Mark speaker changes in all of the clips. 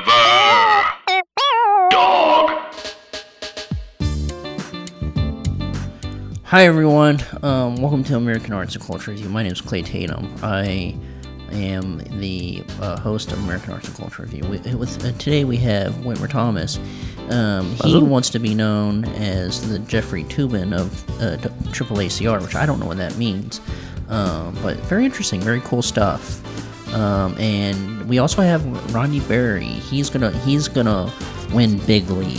Speaker 1: Forever. Dog.
Speaker 2: Hi everyone, um, welcome to American Arts and Culture. Review. My name is Clay Tatum. I am the uh, host of American Arts and Culture Review. We, with, uh, today we have Whitmer Thomas. Um, he wants to be known as the Jeffrey Tubin of uh, t- AAACR, which I don't know what that means, um, but very interesting, very cool stuff. Um, and we also have Ronnie Berry. He's gonna he's gonna win bigly.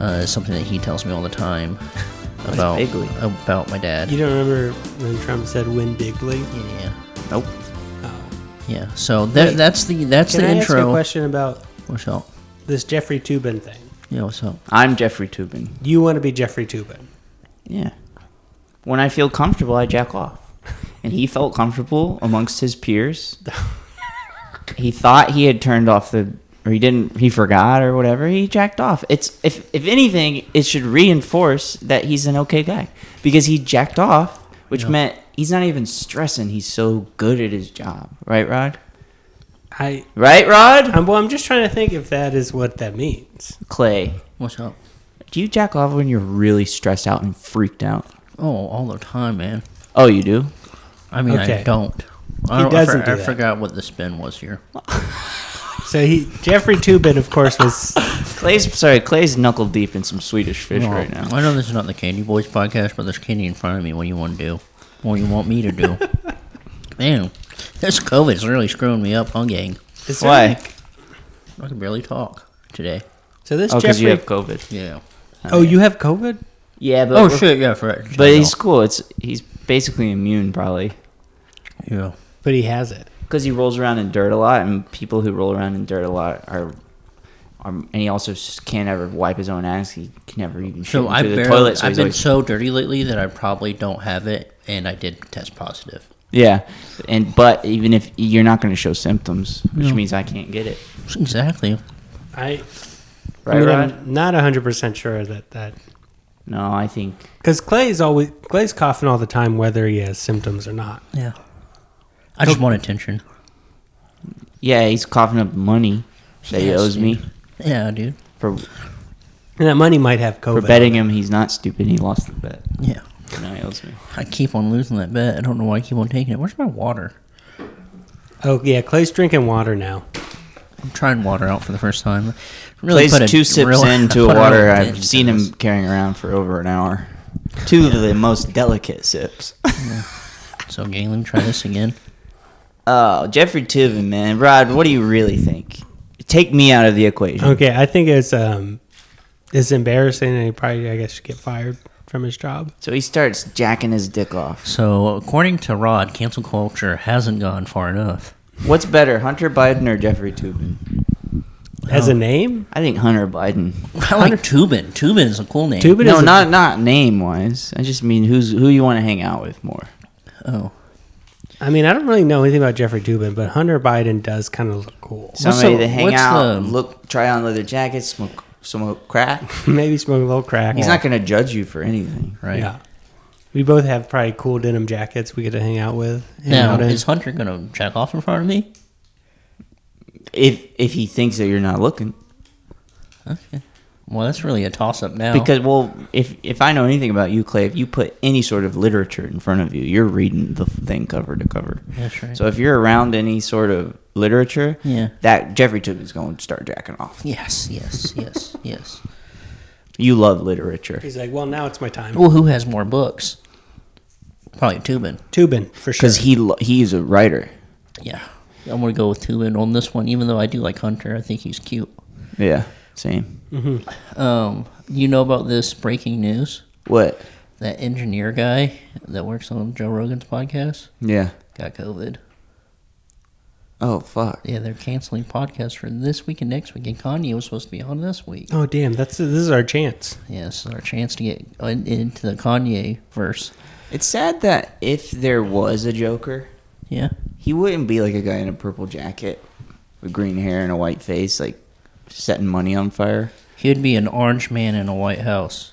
Speaker 2: Uh, is something that he tells me all the time about
Speaker 3: bigly?
Speaker 2: about my dad.
Speaker 3: You don't remember when Trump said win bigly?
Speaker 2: Yeah.
Speaker 4: Nope.
Speaker 2: Yeah. So that,
Speaker 3: Wait.
Speaker 2: that's the that's
Speaker 3: Can
Speaker 2: the
Speaker 3: I ask you a
Speaker 2: intro.
Speaker 3: question about
Speaker 2: What's up?
Speaker 3: this Jeffrey Tubin thing?
Speaker 2: Yeah. What's up?
Speaker 4: I'm Jeffrey Tubin.
Speaker 3: You want to be Jeffrey Tubin.
Speaker 4: Yeah. When I feel comfortable, I jack off. And he felt comfortable amongst his peers. he thought he had turned off the or he didn't he forgot or whatever. He jacked off. It's if if anything, it should reinforce that he's an okay guy because he jacked off, which
Speaker 2: Yeah.
Speaker 4: meant he's not even stressing. He's so good at his job, right, Rod?
Speaker 3: I
Speaker 4: Right, Rod?
Speaker 3: I'm, well, I'm just trying to think if that is what that means.
Speaker 4: Clay,
Speaker 2: What's up?
Speaker 4: do you jack off when you're really stressed out and freaked out?
Speaker 2: Oh, all the time, man.
Speaker 4: Oh, you do.
Speaker 2: I mean, I
Speaker 3: Okay.
Speaker 2: don't. I,
Speaker 3: He
Speaker 2: don't, I,
Speaker 3: doesn't
Speaker 2: for-
Speaker 3: do
Speaker 2: I
Speaker 3: that.
Speaker 2: forgot what the spin was here.
Speaker 3: So he Jeffrey Tubin, of course, was
Speaker 4: Clay's sorry, Clay's knuckle deep in some Swedish fish right
Speaker 2: Well,
Speaker 4: now.
Speaker 2: I know this is not the Candy Boys podcast, but there's candy in front of me. What do you want to do? What do you want me to do? man, this COVID is really screwing me up, huh, gang?
Speaker 3: is there
Speaker 4: Why?
Speaker 3: like-
Speaker 2: I can barely talk today.
Speaker 3: so this
Speaker 4: Oh, because
Speaker 3: Jeffrey.
Speaker 4: you have COVID.
Speaker 2: Yeah.
Speaker 3: oh, you have COVID.
Speaker 4: Yeah, but
Speaker 2: Oh
Speaker 4: we're-
Speaker 2: shit! Yeah, I forgot. to
Speaker 4: But
Speaker 2: tell
Speaker 4: he's cool. It's he's basically immune probably
Speaker 2: y'all. yeah.
Speaker 3: But he has it.
Speaker 4: because he rolls around in dirt a lot, and people who roll around in dirt a lot are. are and he also s- can't ever wipe his own ass. He can never even
Speaker 2: So
Speaker 4: shit
Speaker 2: I
Speaker 4: into the
Speaker 2: barely,
Speaker 4: toilet. So
Speaker 2: I've
Speaker 4: he's
Speaker 2: been
Speaker 4: always-
Speaker 2: so dirty lately that I probably don't have it, and I did test positive.
Speaker 4: yeah, and but even if you're not going to show symptoms, which
Speaker 2: No.
Speaker 4: means I can't get it.
Speaker 2: Exactly.
Speaker 3: I.
Speaker 4: Right,
Speaker 3: I mean,
Speaker 4: Rod?
Speaker 3: I'm not 100 percent sure that that
Speaker 4: No, I think
Speaker 3: because Clay's always Clay's coughing all the time, whether he has symptoms or not.
Speaker 2: Yeah. I just want attention.
Speaker 4: yeah, he's coughing up money that he
Speaker 2: Yes,
Speaker 4: owes me
Speaker 2: dude. Yeah, dude.
Speaker 4: for
Speaker 3: And that money might have COVID.
Speaker 4: for betting him. He's not stupid. He lost the bet.
Speaker 2: Yeah.
Speaker 4: Now he owes me.
Speaker 2: I keep on losing that bet. I don't know why I keep on taking it. Where's my water?
Speaker 3: Oh yeah, Clay's drinking water now.
Speaker 2: I'm trying water out for the first time. Really
Speaker 4: Plays
Speaker 2: put a
Speaker 4: two sips
Speaker 2: real-
Speaker 4: into
Speaker 2: put
Speaker 4: a
Speaker 2: real
Speaker 4: water
Speaker 2: dent
Speaker 4: I've
Speaker 2: into
Speaker 4: seen
Speaker 2: this.
Speaker 4: him carrying around for over an hour. Two of the most delicate sips.
Speaker 2: So, gang, let me try this again.
Speaker 4: Oh, Jeffrey Tubin, man. Rod, what do you really think? Take me out of the equation.
Speaker 3: Okay, I think it's um, it's embarrassing, and he probably I guess should get fired from his job.
Speaker 4: So he starts jacking his dick off.
Speaker 2: So, according to Rod, cancel culture hasn't gone far enough.
Speaker 4: What's better, Hunter Biden or Jeffrey Tubin?
Speaker 3: As
Speaker 4: Oh.
Speaker 3: a name,
Speaker 4: I think Hunter Biden.
Speaker 2: I like Tubin. Tubin is a cool name.
Speaker 3: Tubin
Speaker 4: no,
Speaker 3: is a-
Speaker 4: not not name wise. I just mean who's who you want to hang out with more.
Speaker 2: Oh.
Speaker 3: I mean, I don't really know anything about Jeffrey Dubin, but Hunter Biden does kind of look cool.
Speaker 4: Somebody
Speaker 2: the-
Speaker 4: to hang
Speaker 2: what's
Speaker 4: out,
Speaker 2: the-
Speaker 4: look, try on leather jackets, smoke smoke crack.
Speaker 3: Maybe smoke a little crack.
Speaker 4: He's not going to judge you for anything.
Speaker 2: Right.
Speaker 3: Yeah, we both have probably cool denim jackets we get to hang out with. hang
Speaker 2: Now,
Speaker 3: out in.
Speaker 2: is Hunter going to jack off in front of me?
Speaker 4: If if he thinks that you're not looking.
Speaker 2: Well, that's really a toss up now.
Speaker 4: Because well, if if I know anything about you, Clay, if you put any sort of literature in front of you, you're reading the thing cover to cover.
Speaker 2: That's right.
Speaker 4: So if you're around any sort of literature,
Speaker 2: Yeah.
Speaker 4: that Jeffrey Tubin's going to start jacking off.
Speaker 2: Yes, yes, yes, yes.
Speaker 4: You love literature
Speaker 3: He's like, well, now it's my time.
Speaker 2: Well, who has more books? Probably Tubin.
Speaker 3: Tubin for sure.
Speaker 4: because he lo- he's a writer.
Speaker 2: Yeah. I'm going to go with Tubin on this one, even though I do like Hunter. I think he's cute.
Speaker 4: Yeah, same.
Speaker 2: Um, you know about this breaking news?
Speaker 4: What?
Speaker 2: That engineer guy that works on Joe Rogan's podcast
Speaker 4: Yeah.
Speaker 2: got COVID.
Speaker 4: Oh fuck.
Speaker 2: Yeah, they're canceling podcasts for this week and next week, and Kanye was supposed to be on this week.
Speaker 3: oh damn, that's this is our chance.
Speaker 2: Yeah, this is our chance to get in, into the Kanye verse.
Speaker 4: It's sad that if there was a Joker,
Speaker 2: Yeah.
Speaker 4: he wouldn't be like a guy in a purple jacket with green hair and a white face, like setting money on fire.
Speaker 2: He would be an orange man in a White House.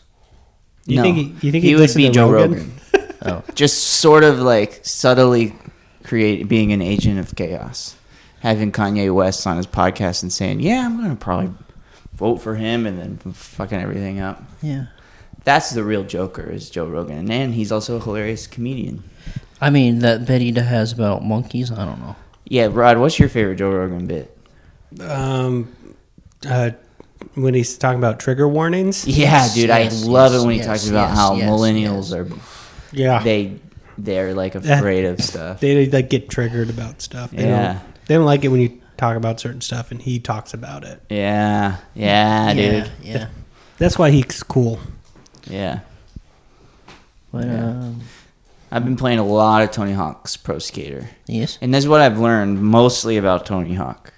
Speaker 3: You
Speaker 4: No.
Speaker 3: think he, you think
Speaker 4: He
Speaker 3: he'd
Speaker 4: would
Speaker 3: listen
Speaker 4: be
Speaker 3: to
Speaker 4: Joe
Speaker 3: Rogan?
Speaker 4: Rogan.
Speaker 2: Oh.
Speaker 4: just sort of like subtly create being an agent of chaos. having Kanye West on his podcast and saying, "Yeah, I'm gonna probably vote for him," and then fucking everything up.
Speaker 2: Yeah.
Speaker 4: That's the real Joker is Joe Rogan, and he's also a hilarious comedian.
Speaker 2: I mean, that Betty has about monkeys, I don't know.
Speaker 4: Yeah, Rod, what's your favorite Joe Rogan bit?
Speaker 3: Um, uh, when he's talking about trigger warnings.
Speaker 4: Yeah,
Speaker 2: Yes,
Speaker 4: dude,
Speaker 2: yes,
Speaker 4: I love
Speaker 2: yes,
Speaker 4: it when he
Speaker 2: yes,
Speaker 4: talks about
Speaker 2: yes,
Speaker 4: how
Speaker 2: yes,
Speaker 4: millennials
Speaker 2: yes.
Speaker 4: are
Speaker 3: Yeah, they
Speaker 4: they they're like
Speaker 3: That-
Speaker 4: afraid of stuff.
Speaker 3: they like get triggered about stuff. They
Speaker 4: Yeah.
Speaker 3: don't, they don't like it when you talk about certain stuff, and he talks about it.
Speaker 4: Yeah, yeah,
Speaker 2: yeah,
Speaker 4: dude,
Speaker 2: yeah.
Speaker 3: That's why he's cool.
Speaker 4: yeah.
Speaker 2: But,
Speaker 4: Yeah.
Speaker 2: um,
Speaker 4: I've been playing a lot of Tony Hawk's Pro Skater,
Speaker 2: yes,
Speaker 4: and that's what I've learned mostly about Tony Hawk,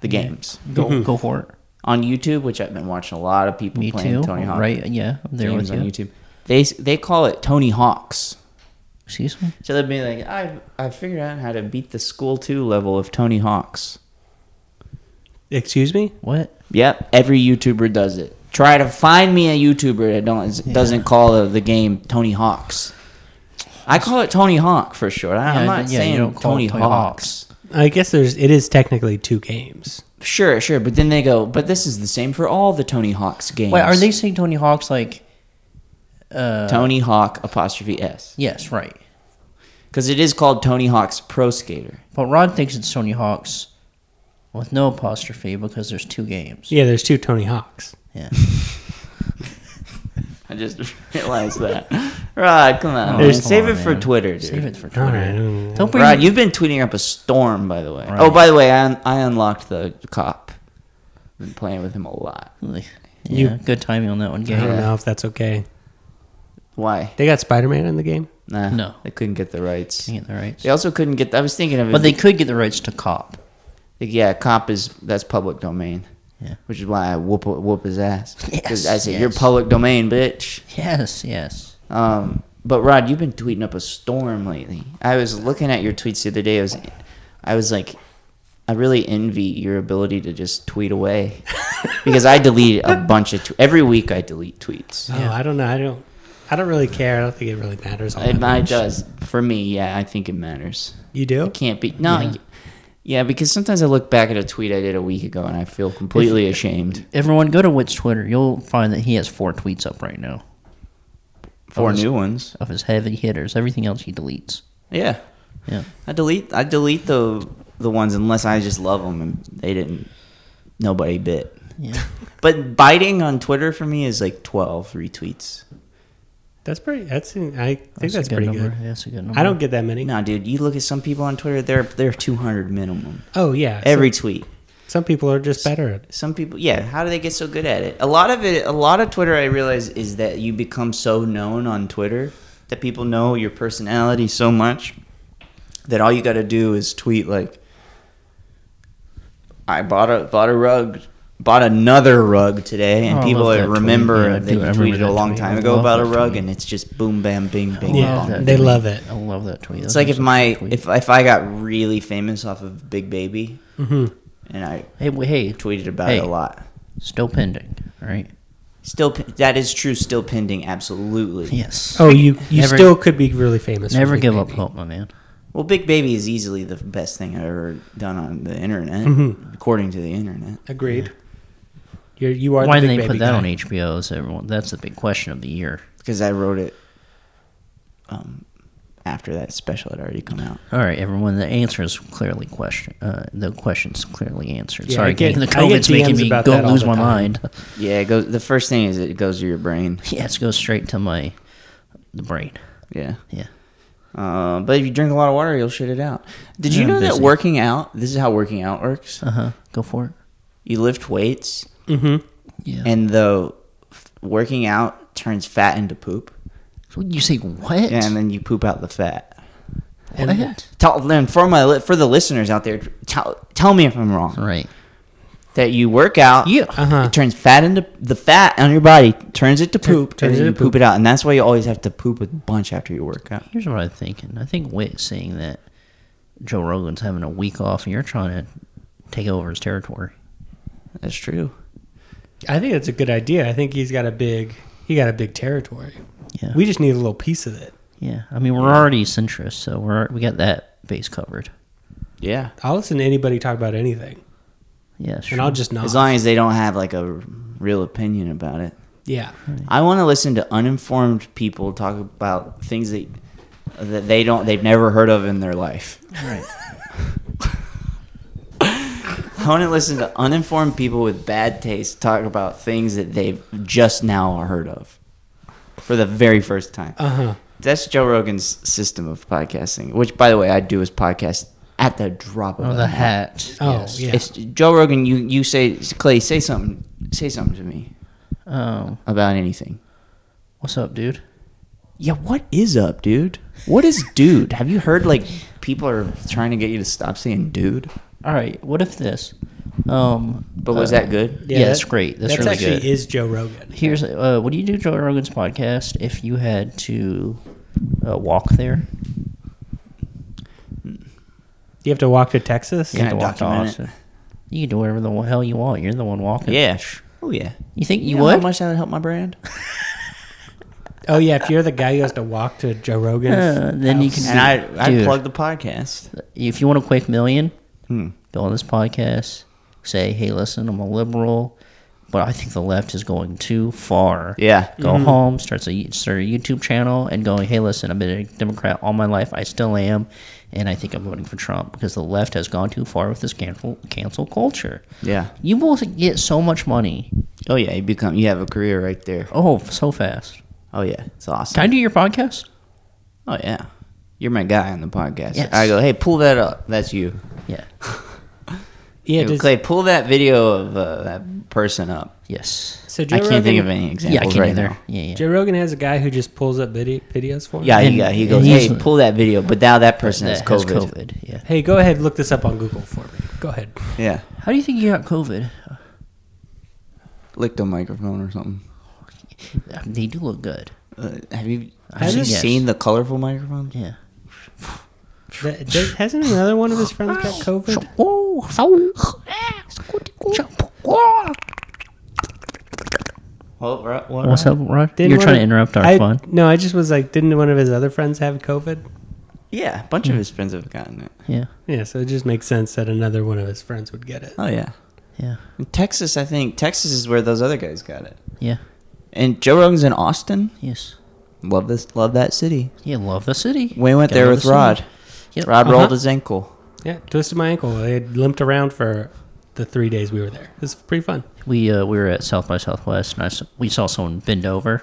Speaker 4: the games
Speaker 2: go, go for it.
Speaker 4: on YouTube, which I've been watching a lot of people
Speaker 2: Me
Speaker 4: playing
Speaker 2: too.
Speaker 4: Tony Hawk
Speaker 2: Right? Yeah, I'm there
Speaker 4: games
Speaker 2: with
Speaker 4: on
Speaker 2: you.
Speaker 4: YouTube. They they call it Tony Hawks.
Speaker 2: Excuse me?
Speaker 4: So they'd be like, I I figured out how to beat the school two level of Tony Hawks.
Speaker 3: Excuse me.
Speaker 2: What?
Speaker 4: Yep, every YouTuber does it. Try to find me a YouTuber that don't doesn't call the, the game Tony Hawks. I call it Tony Hawk for sure. I,
Speaker 2: Yeah,
Speaker 4: I'm not
Speaker 2: yeah, you
Speaker 4: saying
Speaker 2: don't call
Speaker 4: Tony,
Speaker 2: it Tony
Speaker 4: Hawks.
Speaker 3: I guess there's. It is technically two games.
Speaker 4: Sure, sure, but then they go, but this is the same for all the Tony Hawks games.
Speaker 2: Wait, are they saying Tony Hawk's like. Uh,
Speaker 4: Tony Hawk apostrophe S?
Speaker 2: yes, right.
Speaker 4: Because it is called Tony Hawk's Pro Skater.
Speaker 2: But Rod thinks it's Tony Hawk's with no apostrophe because there's two games.
Speaker 3: Yeah, there's two Tony Hawks.
Speaker 2: Yeah.
Speaker 4: I just realized that. Rod, come on,
Speaker 2: Oh,
Speaker 4: man.
Speaker 2: come
Speaker 4: save
Speaker 2: on,
Speaker 4: it for
Speaker 2: man.
Speaker 4: Twitter, dude.
Speaker 2: Save it for
Speaker 3: All
Speaker 2: Twitter.
Speaker 3: right. mm.
Speaker 2: Don't bring
Speaker 4: Rod, you've been tweeting up a storm, by the way.
Speaker 2: Right.
Speaker 4: Oh, by the way, I, un- I unlocked the cop. Been playing with him a lot.
Speaker 2: Yeah,
Speaker 3: You-
Speaker 2: good timing on that one,
Speaker 3: I don't
Speaker 2: gang.
Speaker 3: know if that's okay.
Speaker 4: Why?
Speaker 3: They got Spider Man in the game.
Speaker 4: Nah,
Speaker 2: No.
Speaker 4: they couldn't get the rights.
Speaker 2: Can get the rights.
Speaker 4: They also couldn't get. I was thinking of it.
Speaker 2: But they could get the rights to cop.
Speaker 4: yeah, cop is that's public domain.
Speaker 2: Yeah.
Speaker 4: Which is why I whoop whoop his ass. 'Cause
Speaker 2: Yes,
Speaker 4: I said you're
Speaker 2: yes.
Speaker 4: public domain, bitch.
Speaker 2: Yes, yes.
Speaker 4: Um, but Rod, you've been tweeting up a storm lately. I was looking at your tweets the other day. I was, I was like, I really envy your ability to just tweet away, because I delete a bunch of tweets every week. I delete tweets.
Speaker 3: Oh, I don't know. I don't. I don't really care. I don't think it really matters. All
Speaker 4: It,
Speaker 3: that
Speaker 4: it
Speaker 3: much.
Speaker 4: Oh, does for me. Yeah, I think it matters.
Speaker 3: You do?
Speaker 4: It can't be no. Yeah. because sometimes I look back at a tweet I did a week ago and I feel completely ashamed.
Speaker 2: Everyone, go to Witt's Twitter. You'll find that he has four tweets up right now
Speaker 4: Four
Speaker 2: was-
Speaker 4: new ones.
Speaker 2: of his heavy hitters. Everything else he deletes.
Speaker 4: Yeah,
Speaker 2: Yeah.
Speaker 4: I delete. I delete the the ones unless I just love them and they didn't. Nobody bit.
Speaker 2: Yeah.
Speaker 4: But biting on Twitter for me is like 12 retweets.
Speaker 3: That's pretty. That's. I think that's,
Speaker 2: a
Speaker 3: pretty
Speaker 2: number.
Speaker 3: good.
Speaker 2: Yeah, that's a good number.
Speaker 3: I don't get that many.
Speaker 4: No, dude, you look at some people on Twitter, they're they're 200 minimum.
Speaker 3: Oh yeah. so-
Speaker 4: Every tweet.
Speaker 3: some people are just better at. it.
Speaker 4: Some people, yeah, how do they get so good at it? A lot of it, a lot of Twitter I realize is that you become so known on Twitter that people know your personality so much that all you got to do is tweet like I bought a bought a rug bought another rug today and
Speaker 2: Oh, I
Speaker 4: people
Speaker 2: love that tweet.
Speaker 4: remember
Speaker 2: Yeah, I
Speaker 4: that
Speaker 2: do.
Speaker 4: you
Speaker 2: I remember
Speaker 4: tweeted
Speaker 2: that
Speaker 4: a long
Speaker 2: tweet. I
Speaker 4: time ago
Speaker 2: love
Speaker 4: about a
Speaker 2: that
Speaker 4: rug
Speaker 2: tweet.
Speaker 4: and it's just boom bam bing bing
Speaker 3: Yeah,
Speaker 4: bong.
Speaker 2: that
Speaker 3: they
Speaker 2: tweet.
Speaker 3: love it.
Speaker 2: I love that tweet.
Speaker 4: It's like if my if if I got really famous off of Big Baby and I
Speaker 2: hey w- hey
Speaker 4: tweeted about
Speaker 2: Hey.
Speaker 4: it a lot.
Speaker 2: still pending. All right.
Speaker 4: Still, pe- that is true. Still pending, absolutely.
Speaker 2: Yes.
Speaker 3: Oh, you you
Speaker 2: Never-
Speaker 3: still could be really famous. for
Speaker 2: Never
Speaker 3: Big
Speaker 2: give up
Speaker 3: Baby.
Speaker 2: hope, my man.
Speaker 4: Well, Big Baby is easily the best thing I've ever done on the internet,
Speaker 2: Mm-hmm.
Speaker 4: according to the internet.
Speaker 3: Agreed. You're, you are.
Speaker 2: Why
Speaker 3: the
Speaker 2: didn't
Speaker 3: Big
Speaker 2: they put
Speaker 3: Baby
Speaker 2: that
Speaker 3: guy.
Speaker 2: on HBO? Is everyone? That's the big question of the year.
Speaker 4: Because I wrote it um, after that special had already come out.
Speaker 2: All right, everyone. The answer is clearly question. Uh, the question's clearly answered.
Speaker 3: Yeah, I
Speaker 2: Sorry,
Speaker 3: get-
Speaker 2: gang, the
Speaker 3: I get
Speaker 2: COVID's making
Speaker 3: DMs
Speaker 2: me
Speaker 3: about
Speaker 2: go
Speaker 3: that all
Speaker 2: lose
Speaker 3: the
Speaker 2: my
Speaker 3: time.
Speaker 2: mind.
Speaker 4: Yeah, it goes. The first thing is it goes to your brain.
Speaker 2: Yes, goes straight to my the brain.
Speaker 4: Yeah.
Speaker 2: Yeah.
Speaker 4: Uh, but if you drink a lot of water, you'll shit it out. Did you
Speaker 2: Yeah,
Speaker 4: know
Speaker 2: I'm
Speaker 4: that
Speaker 2: busy.
Speaker 4: working out? This is how working out works.
Speaker 2: Uh huh. Go for it.
Speaker 4: You lift weights,
Speaker 2: Yeah.
Speaker 4: and the f- working out turns fat into poop,
Speaker 2: So you say what?
Speaker 4: and then you poop out the fat.
Speaker 2: what?
Speaker 4: tell then for my li- for the listeners out there, tell, tell me if I'm wrong.
Speaker 2: Right.
Speaker 4: That you work out,
Speaker 2: Yeah.
Speaker 3: Uh-huh.
Speaker 4: it turns fat into the fat on your body turns it to poop,
Speaker 3: turns
Speaker 4: and
Speaker 3: it
Speaker 4: then you
Speaker 3: to
Speaker 4: poop
Speaker 3: poop.
Speaker 4: it out, and that's why you always have to poop a bunch after you work out.
Speaker 2: Here's what I'm thinking. I think Witt saying that Joe Rogan's having a week off, and you're trying to take over his territory.
Speaker 4: That's true.
Speaker 3: I think that's a good idea. I think he's got a big. He got a big territory.
Speaker 2: Yeah.
Speaker 3: We just need a little piece of it.
Speaker 2: yeah. I mean, we're already centrist, so we're we got that base covered.
Speaker 4: Yeah.
Speaker 3: I'll listen to anybody talk about anything,
Speaker 2: Yeah, sure.
Speaker 3: and I'll just not.
Speaker 4: As long as they don't have like a real opinion about it.
Speaker 3: yeah,
Speaker 4: I want to listen to uninformed people talk about things that that they don't they've never heard of in their life.
Speaker 2: Right.
Speaker 4: I want to listen to uninformed people with bad taste talk about things that they've just now heard of for the very first time.
Speaker 3: uh huh.
Speaker 4: That's Joe Rogan's system of podcasting, which by the way I do is podcast at the drop of
Speaker 2: Oh,
Speaker 4: a
Speaker 2: the
Speaker 4: hat.
Speaker 2: hat.
Speaker 3: Oh
Speaker 2: yes.
Speaker 3: yeah.
Speaker 4: It's Joe Rogan, you you say Clay, say something, say something to me
Speaker 2: Um,
Speaker 4: about anything.
Speaker 2: what's up, dude?
Speaker 4: Yeah, what is up, dude? What is dude? Have you heard like people are trying to get you to stop saying dude?
Speaker 2: All right. What if this? Um,
Speaker 4: But was
Speaker 2: uh,
Speaker 4: that good?
Speaker 2: Yeah, that's great. That's, really
Speaker 3: actually
Speaker 2: good.
Speaker 3: is Joe Rogan.
Speaker 2: Here's uh, would you do Joe Rogan's podcast if you had to uh, walk there?
Speaker 3: You have to walk to Texas.
Speaker 2: You
Speaker 4: Yeah.
Speaker 2: have to
Speaker 4: Kinda
Speaker 2: walk to
Speaker 4: document
Speaker 2: Austin. You can do whatever the hell you want. You're the one walking.
Speaker 4: Yeah. sh- Oh yeah.
Speaker 2: You think you
Speaker 4: know How
Speaker 2: would?
Speaker 4: much that would help my brand?
Speaker 3: Oh yeah, if you're the guy who has to walk to Joe Rogan,
Speaker 2: Uh, then you can.
Speaker 4: And I I
Speaker 2: Dude.
Speaker 4: plug the podcast.
Speaker 2: if you want a quick million,
Speaker 4: Hmm.
Speaker 2: go on this podcast. Say, hey, listen, I'm a liberal, but I think the left is going too far.
Speaker 4: Yeah.
Speaker 2: Go home, starts a start a YouTube channel, and going, hey, listen, I've been a Democrat all my life. I still am, and I think I'm voting for Trump because the left has gone too far with this cancel cancel culture.
Speaker 4: Yeah.
Speaker 2: You will get so much money.
Speaker 4: Oh yeah. You become you have a career right there.
Speaker 2: Oh, so fast.
Speaker 4: Oh yeah. It's awesome.
Speaker 2: Can I do your podcast?
Speaker 4: Oh yeah. You're my guy on the podcast.
Speaker 2: Yes.
Speaker 4: I go, hey, pull that up. That's you.
Speaker 2: Yeah.
Speaker 3: yeah.
Speaker 4: Yo,
Speaker 3: does-
Speaker 4: Clay, pull that video of uh, that person up.
Speaker 2: Yes.
Speaker 3: so Joe
Speaker 4: I can't
Speaker 3: Rogan,
Speaker 4: think of any
Speaker 2: Yeah, I
Speaker 4: examples
Speaker 2: can
Speaker 4: right
Speaker 2: either.
Speaker 4: now.
Speaker 2: Yeah, yeah.
Speaker 3: Joe Rogan has a guy who just pulls up video, videos for him.
Speaker 4: Yeah,
Speaker 2: And-
Speaker 4: he, got, he
Speaker 2: and
Speaker 4: goes,
Speaker 2: he's-
Speaker 4: hey, pull that video. But now that person
Speaker 2: That
Speaker 4: has COVID.
Speaker 2: Yeah.
Speaker 3: Hey, go ahead, look this up on Google for me. Go ahead.
Speaker 4: Yeah.
Speaker 2: How do you think you got COVID?
Speaker 4: Licked a microphone or something.
Speaker 2: Uh, They do look good.
Speaker 4: Uh, have you,
Speaker 2: I
Speaker 4: have you
Speaker 2: guess.
Speaker 4: seen the colorful microphones?
Speaker 2: Yeah.
Speaker 3: Th- th- hasn't another one of his friends got COVID?
Speaker 4: Well, right, what,
Speaker 2: What's up, Rod?
Speaker 3: Didn't
Speaker 2: You're
Speaker 3: one
Speaker 2: trying to
Speaker 3: of-
Speaker 2: interrupt our
Speaker 3: I-
Speaker 2: fun.
Speaker 3: No, I just was like, didn't one of his other friends have COVID?
Speaker 4: Yeah, a bunch of his friends have gotten it.
Speaker 2: Yeah,
Speaker 3: Yeah, so it just makes sense that another one of his friends would get it.
Speaker 4: Oh, yeah.
Speaker 2: yeah,
Speaker 4: In Texas, I think. Texas is where those other guys got it.
Speaker 2: yeah.
Speaker 4: And Joe Rogan's in Austin.
Speaker 2: Yes.
Speaker 4: Love this. Love that city.
Speaker 2: Yeah, love the city.
Speaker 4: We went
Speaker 2: Gotta
Speaker 4: there
Speaker 2: love
Speaker 4: with
Speaker 2: the city.
Speaker 4: Rod.
Speaker 2: Yep.
Speaker 4: Rod rolled
Speaker 3: Uh-huh.
Speaker 4: his ankle.
Speaker 3: Yeah, twisted my ankle. I had limped around for the three days we were there. It was pretty fun.
Speaker 2: We uh, we were at South by Southwest, and I s- we saw someone bend over,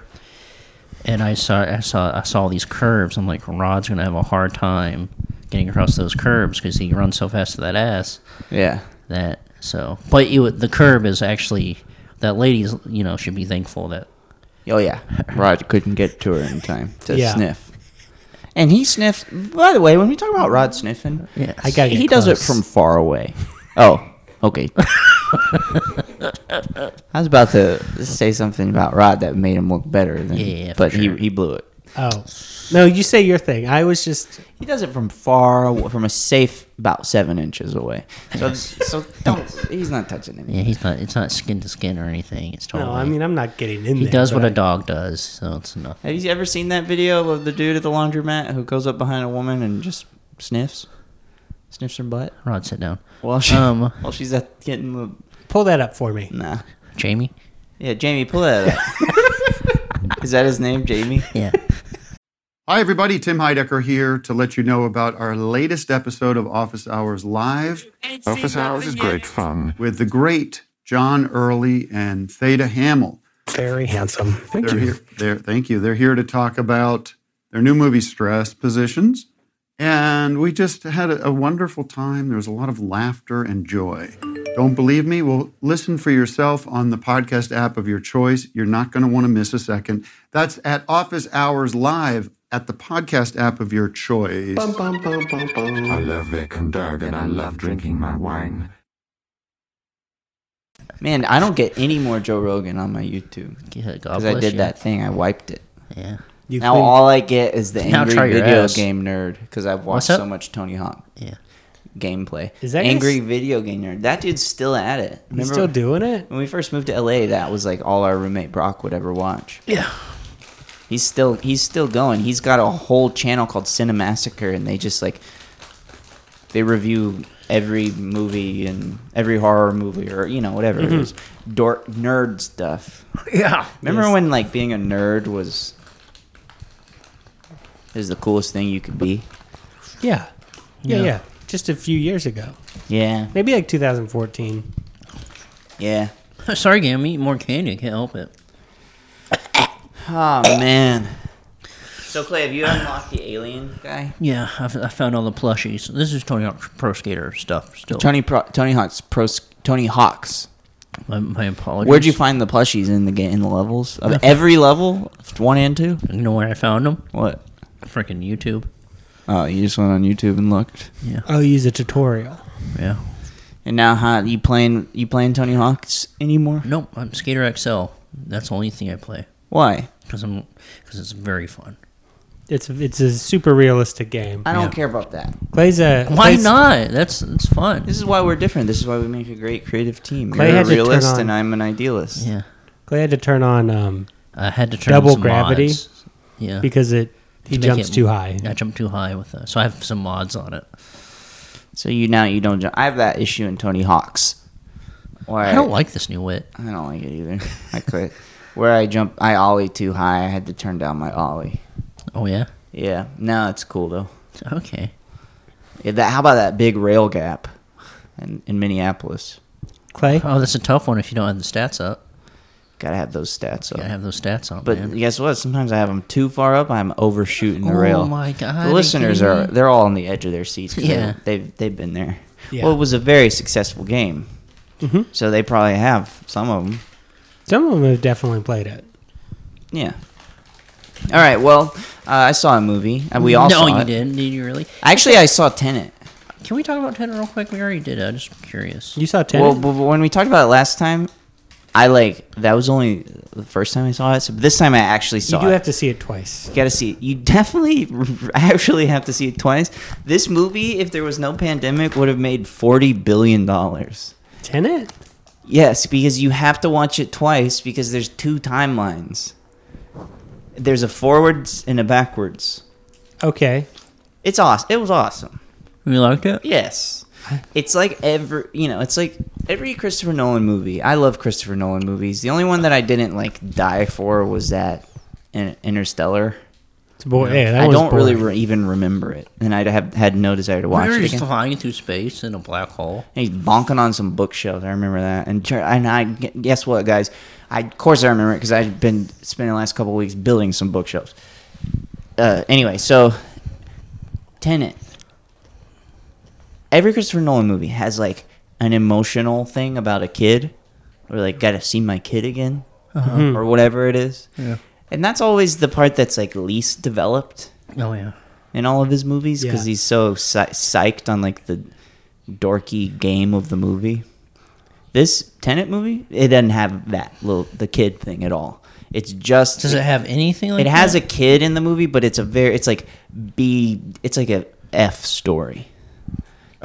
Speaker 2: and I saw I saw I saw these curves. I'm like, Rod's gonna have a hard time getting across those curves because he runs so fast to that ass.
Speaker 4: Yeah.
Speaker 2: that. So, but you, the curb is actually that lady's. You know, should be thankful that
Speaker 4: Oh yeah, Rod couldn't get to her in time to
Speaker 3: Yeah.
Speaker 4: sniff, and he sniffs. By the way, when we talk about Rod sniffing,
Speaker 2: Yes.
Speaker 3: I gotta get
Speaker 4: he does it
Speaker 3: close.
Speaker 4: from far away. Oh, okay. I was about to say something about Rod that made him look better, than,
Speaker 2: Yeah, yeah, for
Speaker 4: but
Speaker 2: sure.
Speaker 4: he he blew it.
Speaker 3: Oh, no, you say your thing. I was just
Speaker 4: He does it from far, aw- from a safe about seven inches away. So, so don't. He's not touching anything.
Speaker 2: yeah, he's not. It's not skin to skin or anything. It's totally.
Speaker 3: no. I mean, I'm not getting in
Speaker 2: he
Speaker 3: there.
Speaker 2: does
Speaker 3: but
Speaker 2: what a
Speaker 3: I-
Speaker 2: dog does, so it's enough.
Speaker 4: Have you ever seen that video of the dude at the laundromat who goes up behind a woman and just sniffs, sniffs her butt?
Speaker 2: Rod, sit down.
Speaker 4: Well, she,
Speaker 2: Um.
Speaker 4: well, she's at getting the
Speaker 3: Pull that up for me.
Speaker 4: nah.
Speaker 2: Jamie.
Speaker 4: Yeah, Jamie, pull that up. Is that his name, Jamie?
Speaker 2: Yeah.
Speaker 5: Hi, everybody. Tim Heidecker here to let you know about our latest episode of Office Hours Live
Speaker 1: Office hours is great fun.
Speaker 5: with the great John Early and Theta Hamill.
Speaker 3: Very handsome.
Speaker 5: Thank they're Here, they're, thank you. They're here to talk about their new movie, Stress Positions. And we just had a, a wonderful time. There was a lot of laughter and joy. Don't believe me? Well, listen for yourself on the podcast app of your choice. You're not going to want to miss a second. That's at Office Hours Live at the podcast app of your choice.
Speaker 1: I love Vic and Doug, and I love drinking my wine.
Speaker 4: Man, I don't get any more Joe Rogan on my YouTube
Speaker 2: Yeah, God
Speaker 4: because
Speaker 2: bless
Speaker 4: I did
Speaker 2: you.
Speaker 4: that thing. I wiped it.
Speaker 2: Yeah.
Speaker 3: You
Speaker 4: Now
Speaker 3: clean-
Speaker 4: all I get is the
Speaker 2: Now
Speaker 4: angry
Speaker 2: try your
Speaker 4: video
Speaker 2: ass.
Speaker 4: game nerd because I've
Speaker 2: What's
Speaker 4: watched
Speaker 2: up?
Speaker 4: so much Tony Hawk
Speaker 2: Yeah.
Speaker 4: gameplay.
Speaker 3: Is that
Speaker 4: angry
Speaker 3: guys-
Speaker 4: video game nerd? That dude's still at it.
Speaker 3: He's
Speaker 4: Remember
Speaker 3: still doing it.
Speaker 4: when we first moved to LA? That was like all our roommate Brock would ever watch.
Speaker 2: Yeah.
Speaker 4: He's still he's still going. He's got a whole channel called Cinemassacre, and they just like they review every movie and every horror movie or you know whatever
Speaker 2: Mm-hmm.
Speaker 4: it is, dork nerd stuff.
Speaker 2: Yeah.
Speaker 4: Remember
Speaker 3: Yes.
Speaker 4: when like being a nerd was is the coolest thing you could be?
Speaker 3: Yeah. Yeah,
Speaker 2: Yeah.
Speaker 3: yeah. Just a few years ago.
Speaker 4: Yeah,
Speaker 3: Maybe like 2014.
Speaker 4: yeah.
Speaker 2: Sorry, Gam, I'm eating more candy. I can't help it.
Speaker 4: Oh man. So Clay, have you unlocked the alien guy?
Speaker 2: Yeah, I, f- I found all the plushies. This is Tony Hawk's Pro Skater stuff still.
Speaker 4: Tony Pro- Tony Hawk's pro Tony Hawk's.
Speaker 2: my, my apologies.
Speaker 4: Where'd you find the plushies in the game in the levels of every level, one and two?
Speaker 2: You know where I found them?
Speaker 4: What?
Speaker 2: Freaking YouTube.
Speaker 4: Oh, you just went on YouTube and looked.
Speaker 3: Oh, use a tutorial.
Speaker 2: Yeah.
Speaker 4: And now, huh? You playing? You playing Tony Hawk's anymore?
Speaker 2: Nope, I'm Skater XL. That's the only thing I play
Speaker 4: Why?
Speaker 2: because I'm because it's very fun.
Speaker 3: It's it's a super realistic game.
Speaker 4: I don't
Speaker 2: Yeah.
Speaker 4: care about that.
Speaker 3: Clay's a
Speaker 2: Why
Speaker 3: Clay's-
Speaker 2: not? That's that's fun.
Speaker 4: This is why we're different. This is why we make a great creative team.
Speaker 3: Clay
Speaker 4: You're a
Speaker 3: had to turn
Speaker 4: realist,
Speaker 3: on-
Speaker 4: and I'm an idealist.
Speaker 2: Yeah,
Speaker 3: Clay had to turn on um,
Speaker 2: I had to turn
Speaker 3: Double
Speaker 2: on some
Speaker 3: gravity?
Speaker 2: mods. Yeah,
Speaker 3: because it he
Speaker 2: Make
Speaker 3: jumps
Speaker 2: it-
Speaker 3: too high.
Speaker 2: I jumped too high with that, so I have some mods on it.
Speaker 4: So you now you don't. Jump. I have that issue in Tony Hawk's. Why?
Speaker 2: I don't like this new wit.
Speaker 4: I don't like it either. I quit. Where I jump, I ollie too high. I had to turn down my ollie.
Speaker 2: Oh yeah,
Speaker 4: Yeah. Now it's cool though.
Speaker 2: okay.
Speaker 4: Yeah, that, how about that big rail gap in, in Minneapolis?
Speaker 3: Clay,
Speaker 2: Oh, that's a tough one if you don't have the stats up.
Speaker 4: Gotta have those stats up.
Speaker 2: Gotta have those stats up,
Speaker 4: But
Speaker 2: man.
Speaker 4: guess what? Sometimes I have them too far up. I'm overshooting the
Speaker 2: Oh
Speaker 4: rail.
Speaker 2: my God, are
Speaker 4: The
Speaker 2: you
Speaker 4: listeners
Speaker 2: kidding
Speaker 4: are
Speaker 2: me?
Speaker 4: they're all on the edge of their seats. 'cause
Speaker 2: Yeah.
Speaker 4: they, have they've been there.
Speaker 3: Yeah.
Speaker 4: Well, it was a very successful game,
Speaker 3: Mhm.
Speaker 4: so they probably have some of them.
Speaker 3: some of them have definitely played it.
Speaker 4: Yeah. All right. Well, uh, I saw a movie. Uh, We all
Speaker 2: no,
Speaker 4: saw
Speaker 2: you
Speaker 4: it.
Speaker 2: didn't. Did you really?
Speaker 4: Actually, I saw Tenet.
Speaker 2: Can we talk about Tenet real quick? We already did. I'm just curious.
Speaker 3: You saw
Speaker 4: Well,
Speaker 3: Tenet?
Speaker 4: but when we talked about it last time, I like that was only the first time I saw it. So this time I actually saw
Speaker 3: you do
Speaker 4: it.
Speaker 3: have to see it twice.
Speaker 4: You gotta see it. You definitely actually have to see it twice. This movie, if there was no pandemic, would have made forty billion dollars.
Speaker 3: Tenet?
Speaker 4: Yes, because you have to watch it twice because there's two timelines. There's a forwards and a backwards.
Speaker 3: Okay.
Speaker 4: It's awesome. It was awesome.
Speaker 2: You liked it?
Speaker 4: Yes. It's like every, you know, it's like every Christopher Nolan movie. I love Christopher Nolan movies. The only one that I didn't like die for was that in- Interstellar.
Speaker 3: It's bo- yeah, that
Speaker 4: I
Speaker 3: one's
Speaker 4: don't really
Speaker 3: boring.
Speaker 4: re- even remember it, and I have had no desire to watch
Speaker 2: We were
Speaker 4: it
Speaker 2: just
Speaker 4: again.
Speaker 2: flying through space in a black hole.
Speaker 4: And he's bonking on some bookshelves. I remember that. And tr- and I guess what, guys? I of course I remember it because I've been spending the last couple of weeks building some bookshelves. Uh, anyway, so Tenet. Every Christopher Nolan movie has like an emotional thing about a kid, or like gotta see my kid again, or whatever it is.
Speaker 2: Yeah.
Speaker 4: And that's always the part that's like least developed
Speaker 2: Oh yeah.
Speaker 4: in all of his movies because
Speaker 3: Yeah.
Speaker 4: he's so psy- psyched on like the dorky game of the movie. This Tenet movie, it doesn't have that little the kid thing at all. It's just
Speaker 2: Does it have anything like
Speaker 4: it has a
Speaker 2: that?
Speaker 4: kid in the movie, but it's a very it's like B it's like a F story.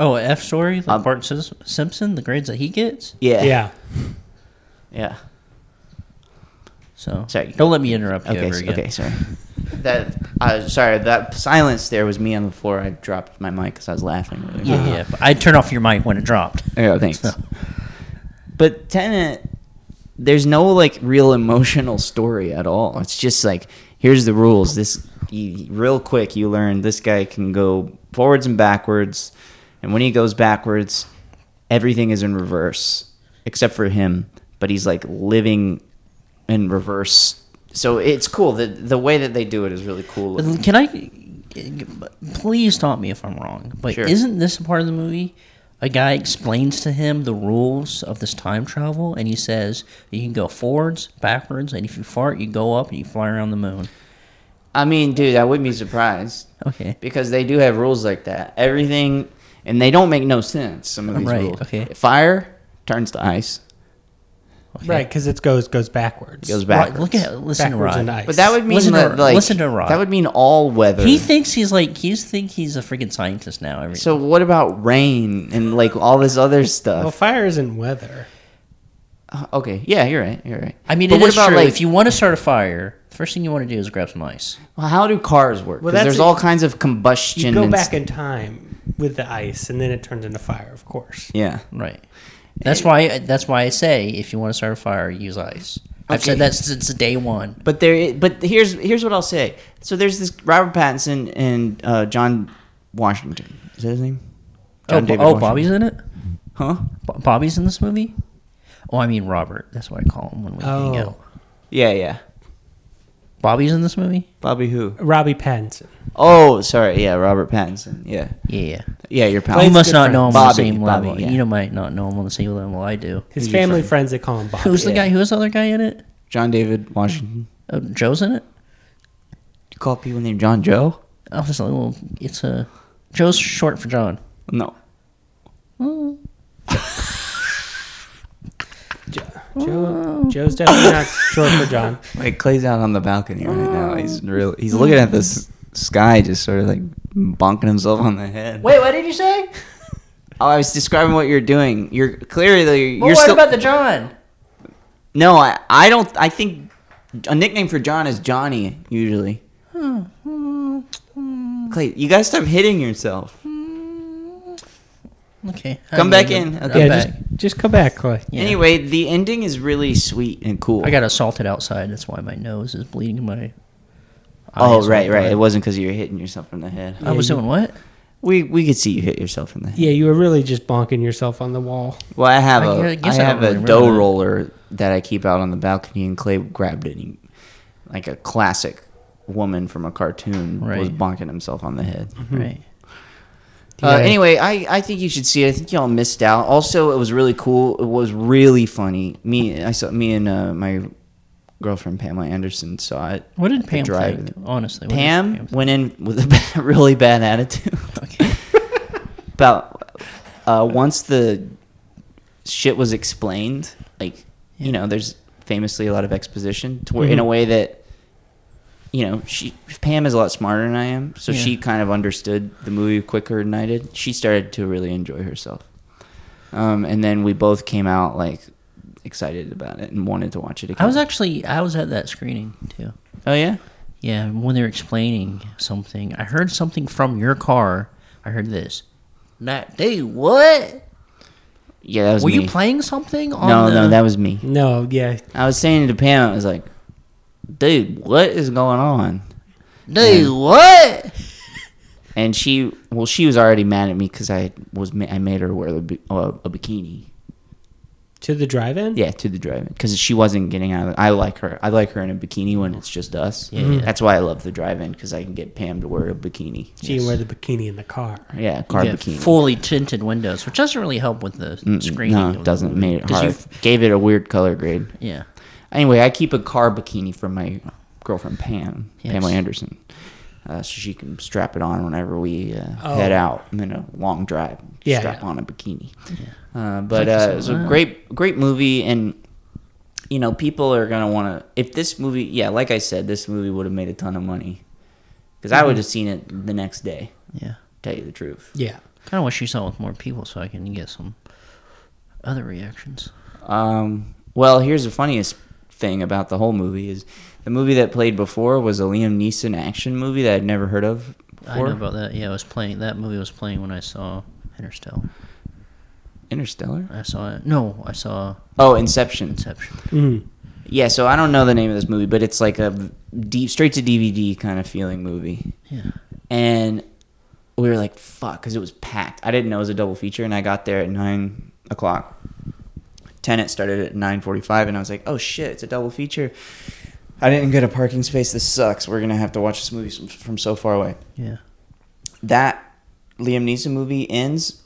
Speaker 2: Oh, a F story like
Speaker 4: Um,
Speaker 2: Bart Sim- Simpson, the grades that he gets.
Speaker 4: Yeah,
Speaker 3: Yeah.
Speaker 4: yeah.
Speaker 2: So
Speaker 4: Sorry.
Speaker 2: don't let me interrupt you
Speaker 4: Okay,
Speaker 2: ever
Speaker 4: so-
Speaker 2: again.
Speaker 4: okay, sorry. That uh, sorry, that silence there was me on the floor. I dropped my mic because I was laughing. Really
Speaker 2: Yeah, yeah. But I turned off your mic when it dropped.
Speaker 4: Yeah, thanks. But Tenet, there's no like real emotional story at all. It's just like here's the rules. This you, real quick, you learn this guy can go forwards and backwards, and when he goes backwards, everything is in reverse except for him. But he's like living in reverse. So it's cool. The the way that they do it is really cool.
Speaker 2: Can I? Please stop me if I'm wrong. But
Speaker 4: Sure.
Speaker 2: isn't this a part of the movie? A guy explains to him the rules of this time travel, and he says you can go forwards, backwards, and if you fart, you go up and you fly around the moon.
Speaker 4: I mean, dude, I wouldn't be surprised.
Speaker 2: Okay.
Speaker 4: because they do have rules like that. Everything, and they don't make no sense. Some of these
Speaker 2: Right,
Speaker 4: rules.
Speaker 2: okay.
Speaker 4: Fire turns to ice,
Speaker 2: okay.
Speaker 3: Right, because it goes goes backwards.
Speaker 4: goes
Speaker 2: Right,
Speaker 4: backwards.
Speaker 2: Look at listen
Speaker 3: backwards
Speaker 2: to
Speaker 3: and
Speaker 2: Rod.
Speaker 3: ice.
Speaker 4: but that would mean
Speaker 2: Listen to-
Speaker 4: that, like
Speaker 2: listen to Rod.
Speaker 4: that would mean all weather.
Speaker 2: He thinks he's like he's think he's a freaking scientist now. Every
Speaker 4: so what about rain and like all this other
Speaker 3: well,
Speaker 4: stuff?
Speaker 3: fire isn't weather.
Speaker 4: Uh, okay, yeah, you're right. You're right.
Speaker 2: I mean,
Speaker 4: But
Speaker 2: it
Speaker 4: what
Speaker 2: is
Speaker 4: about,
Speaker 2: true.
Speaker 4: like-
Speaker 2: if you want to start a fire, the first thing you want to do is grab some ice.
Speaker 4: Well, how do cars work? 'Cause
Speaker 3: that's
Speaker 4: there's
Speaker 3: a-
Speaker 4: all kinds of combustion.
Speaker 3: You go
Speaker 4: and
Speaker 3: back
Speaker 4: st-
Speaker 3: in time with the ice, and then it turns into fire, of course.
Speaker 4: yeah.
Speaker 2: Right.
Speaker 4: Eh.
Speaker 2: That's why. That's why I say if you want to start a fire, use ice. I've said
Speaker 4: Okay.
Speaker 2: that since day one.
Speaker 4: But there, but here's here's what I'll say. So there's this Robert Pattinson and uh, John Washington. Is that his name?
Speaker 2: Oh,
Speaker 4: John David
Speaker 2: oh,
Speaker 4: Washington.
Speaker 2: Bobby's in it.
Speaker 4: Huh?
Speaker 2: Bo- Bobby's in this movie. Oh, I mean Robert. That's what I call him when we hang
Speaker 3: Oh.
Speaker 2: out.
Speaker 4: Yeah, yeah.
Speaker 2: Bobby's in this movie.
Speaker 4: Bobby who?
Speaker 3: Robbie Pattinson.
Speaker 4: Oh, sorry. Yeah, Robert Pattinson. Yeah,
Speaker 2: Yeah, yeah.
Speaker 4: yeah. Your pal.
Speaker 2: you must not
Speaker 3: different.
Speaker 2: know him on the
Speaker 4: Bobby,
Speaker 2: same
Speaker 4: Bobby,
Speaker 2: level.
Speaker 4: yeah.
Speaker 2: You know, might not know him on the same level I do.
Speaker 3: His
Speaker 4: Who's your
Speaker 3: family
Speaker 4: friend?
Speaker 3: friends that call him Bob.
Speaker 2: Who's the
Speaker 4: Yeah.
Speaker 2: guy? Who's the other guy in it?
Speaker 4: John David Washington.
Speaker 2: Oh, Joe's in it.
Speaker 4: You call people named John Joe?
Speaker 2: Oh, it's a little. It's a Joe's short for John.
Speaker 4: No.
Speaker 3: Joe, Joe's definitely not short for John.
Speaker 4: Wait, Clay's out on the balcony right now. He's really he's looking at this sky, just sort of like bonking himself on the head.
Speaker 2: Wait, what did you say?
Speaker 4: Oh, I was describing what you're doing. You're clearly you're
Speaker 2: Well, what
Speaker 4: still
Speaker 2: about the John?
Speaker 4: no. I I don't. I think a nickname for John is Johnny usually. Clay, you gotta stop hitting yourself.
Speaker 2: Okay,
Speaker 4: Come
Speaker 2: I
Speaker 4: back
Speaker 2: mean,
Speaker 4: in.
Speaker 2: I'm
Speaker 4: Okay.
Speaker 3: Yeah,
Speaker 2: back.
Speaker 3: just, just come back, Clay.
Speaker 2: Yeah.
Speaker 4: Anyway, the ending is really sweet and cool.
Speaker 2: I got assaulted outside. That's why my nose is bleeding. My
Speaker 4: Oh
Speaker 2: eyes
Speaker 4: right,
Speaker 2: all
Speaker 4: right. It
Speaker 2: red.
Speaker 4: wasn't because you were hitting yourself in the head.
Speaker 2: I was doing what?
Speaker 4: We we could see you hit yourself in the head.
Speaker 3: Yeah, you were really just bonking yourself on the wall.
Speaker 4: Well, I have
Speaker 2: I
Speaker 4: a I
Speaker 2: guess I don't
Speaker 4: have a
Speaker 2: remember that.
Speaker 4: dough roller that I keep out on the balcony, and Clay grabbed it, and he, like a classic woman from a cartoon, was
Speaker 2: Right. Mm-hmm.
Speaker 4: bonking himself on the head.
Speaker 2: Right.
Speaker 4: Uh, anyway, I, I think you should see it. I think y'all missed out. Also, it was really cool. It was really funny. Me I saw me and uh, my girlfriend Pamela Anderson saw it.
Speaker 2: What did
Speaker 4: The
Speaker 2: Pam
Speaker 4: drive.
Speaker 2: think? Honestly, what did
Speaker 4: Pam
Speaker 2: think?
Speaker 4: went in with a bad, really bad attitude.
Speaker 2: Okay.
Speaker 4: About uh, once the shit was explained, like you know, there's famously a lot of exposition to where, in a
Speaker 2: Mm-hmm.
Speaker 4: way that you know she Pam is a lot smarter than I am, so
Speaker 2: Yeah.
Speaker 4: she kind of understood the movie quicker than I did. She started to really enjoy herself, um, and then we both came out like excited about it and wanted to watch it again.
Speaker 2: I was actually I was at that screening too.
Speaker 4: oh yeah,
Speaker 2: Yeah, when they were explaining something, I heard something from your car. I heard this. Not dude, what?
Speaker 4: yeah. That was
Speaker 2: Were
Speaker 4: me.
Speaker 2: you playing something on
Speaker 4: No,
Speaker 2: the
Speaker 4: no, that was me.
Speaker 3: No, yeah,
Speaker 4: I was saying to Pam, I was like, dude, what is going on?
Speaker 2: dude, what?
Speaker 4: And she, well, she was already mad at me because I was, ma- I made her wear a, bi- uh, a bikini.
Speaker 3: to the drive-in.
Speaker 4: Yeah, to the drive-in because she wasn't getting out. of I like her. I like her in a bikini when it's just us.
Speaker 2: Yeah, yeah.
Speaker 4: That's why I love the drive-in because I can get Pam to wear a bikini.
Speaker 3: she can wear the bikini in the car.
Speaker 4: Yeah, car
Speaker 2: Yeah,
Speaker 4: bikini.
Speaker 2: fully tinted windows, which doesn't really help with the screening.
Speaker 4: no,
Speaker 2: of the
Speaker 4: it doesn't.
Speaker 2: movie,
Speaker 4: Made it
Speaker 2: 'cause
Speaker 4: hard.
Speaker 2: you've-
Speaker 4: Gave it a weird color grade.
Speaker 2: Yeah.
Speaker 4: Anyway, I keep a car bikini for my girlfriend Pam,
Speaker 2: Yes.
Speaker 4: Pamela Anderson, uh, so she can strap it on whenever we uh, head out and then a long drive.
Speaker 3: Oh. Yeah,
Speaker 4: strap
Speaker 3: yeah.
Speaker 4: on a bikini. Uh, but
Speaker 2: Thank you
Speaker 4: uh,
Speaker 2: so
Speaker 4: it was a
Speaker 2: much.
Speaker 4: great, great movie, and you know people are gonna want to. If this movie, yeah, like I said, this movie would have made a ton of money because I would
Speaker 3: Mm-hmm.
Speaker 4: have seen it the next day.
Speaker 2: Yeah.
Speaker 4: Tell you the truth.
Speaker 3: Yeah,
Speaker 2: Kind of wish you saw it with more people so I can get some other reactions.
Speaker 4: Um, well, here's the funniest thing about the whole movie is the movie that played before was a Liam Neeson action movie that I'd never heard of
Speaker 2: I know
Speaker 4: before.
Speaker 2: about that. Yeah, I was playing that movie was playing when I saw Interstellar.
Speaker 4: Interstellar.
Speaker 2: I saw it. No, I saw
Speaker 4: Oh, Inception.
Speaker 2: Inception.
Speaker 3: Mm-hmm.
Speaker 4: Yeah, so I don't know the name of this movie, but it's like a deep, straight to DVD kind of feeling movie.
Speaker 2: Yeah.
Speaker 4: And we were like, "Fuck," because it was packed. I didn't know it was a double feature, and I got there at nine o'clock. Tenant started at nine forty-five, and I was like, "Oh shit, it's a double feature." I didn't get a parking space. This sucks. We're gonna have to watch this movie from, from so far away.
Speaker 2: Yeah.
Speaker 4: that Liam Neeson movie ends,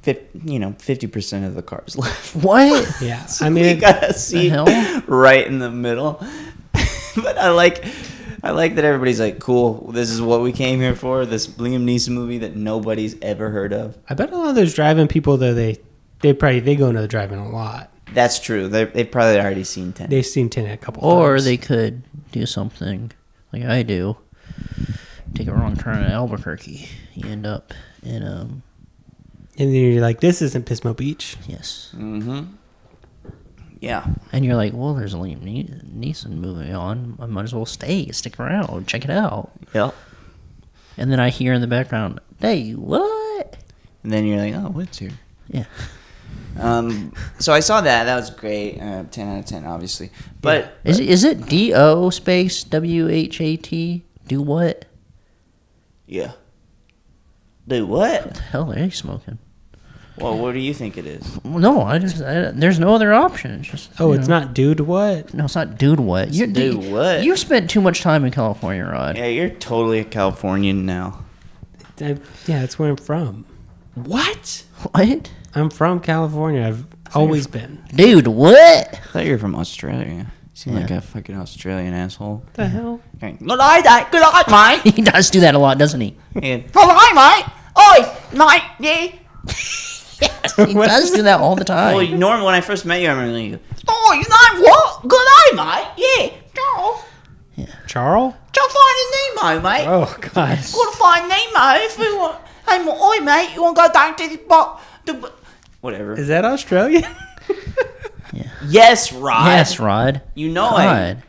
Speaker 4: fif- you know, fifty percent of the cars left.
Speaker 2: What?
Speaker 3: yeah.
Speaker 4: So
Speaker 3: I
Speaker 4: we
Speaker 3: mean,
Speaker 4: got a seat
Speaker 2: hell?
Speaker 4: right in the middle. but I like, I like that everybody's like, "Cool, this is what we came here for." This Liam Neeson movie that nobody's ever heard of.
Speaker 3: I bet a lot of those drive-in people though they they probably they go into the drive-in a lot.
Speaker 4: That's true. They're, they've probably already seen ten.
Speaker 3: They've seen ten a couple.
Speaker 2: Or
Speaker 3: times.
Speaker 2: they could do something like I do. Take a wrong turn at Albuquerque. You end up in um
Speaker 3: and then you're like, this isn't Pismo Beach.
Speaker 2: yes.
Speaker 4: mm-hmm. Yeah.
Speaker 2: And you're like, well, there's a Liam Ne- Neeson movie on. I might as well stay, stick around, check it out.
Speaker 4: Yep.
Speaker 2: And then I hear in the background, hey, what?
Speaker 4: And then you're like, oh, what's here?
Speaker 2: Yeah.
Speaker 4: Um, so I saw that. That was great. Uh, ten out of ten, obviously. But
Speaker 2: Is it, is it D O space W H A T? Do what?
Speaker 4: yeah. Dude, what?
Speaker 2: The hell are you smoking?
Speaker 4: Well, what do you think it is?
Speaker 2: Well, No, I just I, there's no other option. It's just
Speaker 3: Oh,
Speaker 2: you
Speaker 3: it's
Speaker 2: know.
Speaker 3: not dude what?
Speaker 2: No, it's not dude. What? You,
Speaker 4: dude what.
Speaker 2: You spent too much time in California, Rod.
Speaker 4: Yeah, you're totally a Californian now.
Speaker 3: I, yeah, that's where I'm from.
Speaker 4: What?
Speaker 2: What?
Speaker 3: I'm from California. I've always been.
Speaker 2: Dude, what?
Speaker 4: I thought you were from Australia. You seem like a fucking Australian asshole.
Speaker 3: What the hell?
Speaker 4: Okay. Good eye, mate. Good eye,
Speaker 2: He does do that a lot, doesn't he?
Speaker 4: mate. Yeah. Good eye, mate. Oi, mate. Yeah.
Speaker 2: He does do that all the
Speaker 4: Well,
Speaker 2: time.
Speaker 4: Norm, when I first met you, I remember you. Oh, you know what? Good eye, mate. Yeah. Charles.
Speaker 3: Charles?
Speaker 4: Charles finding Nemo, mate.
Speaker 3: Oh God.
Speaker 4: Gotta find Nemo if we want. Hey, my, oi, mate, you want to go down to the box? The, whatever.
Speaker 3: Is that Australia?
Speaker 4: yes, Rod.
Speaker 2: Yes, Rod.
Speaker 4: You know it.
Speaker 2: Rod.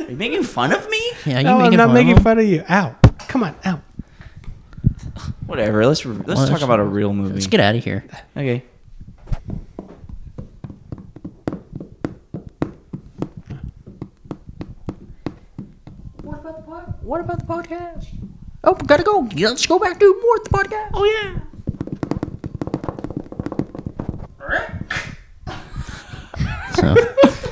Speaker 4: Are you making fun of me?
Speaker 2: Yeah, you
Speaker 3: No, Oh, I'm
Speaker 2: making
Speaker 3: not
Speaker 2: fun of
Speaker 3: making
Speaker 2: him?
Speaker 3: fun of you. Out. Come on, out.
Speaker 4: Whatever. Let's let's talk
Speaker 2: that's-
Speaker 4: about a real movie.
Speaker 2: Let's get out of here.
Speaker 4: okay.
Speaker 2: What about the pod? What about the podcast? Oh, gotta go. Yeah, Let's go back do more of the podcast. Oh yeah. so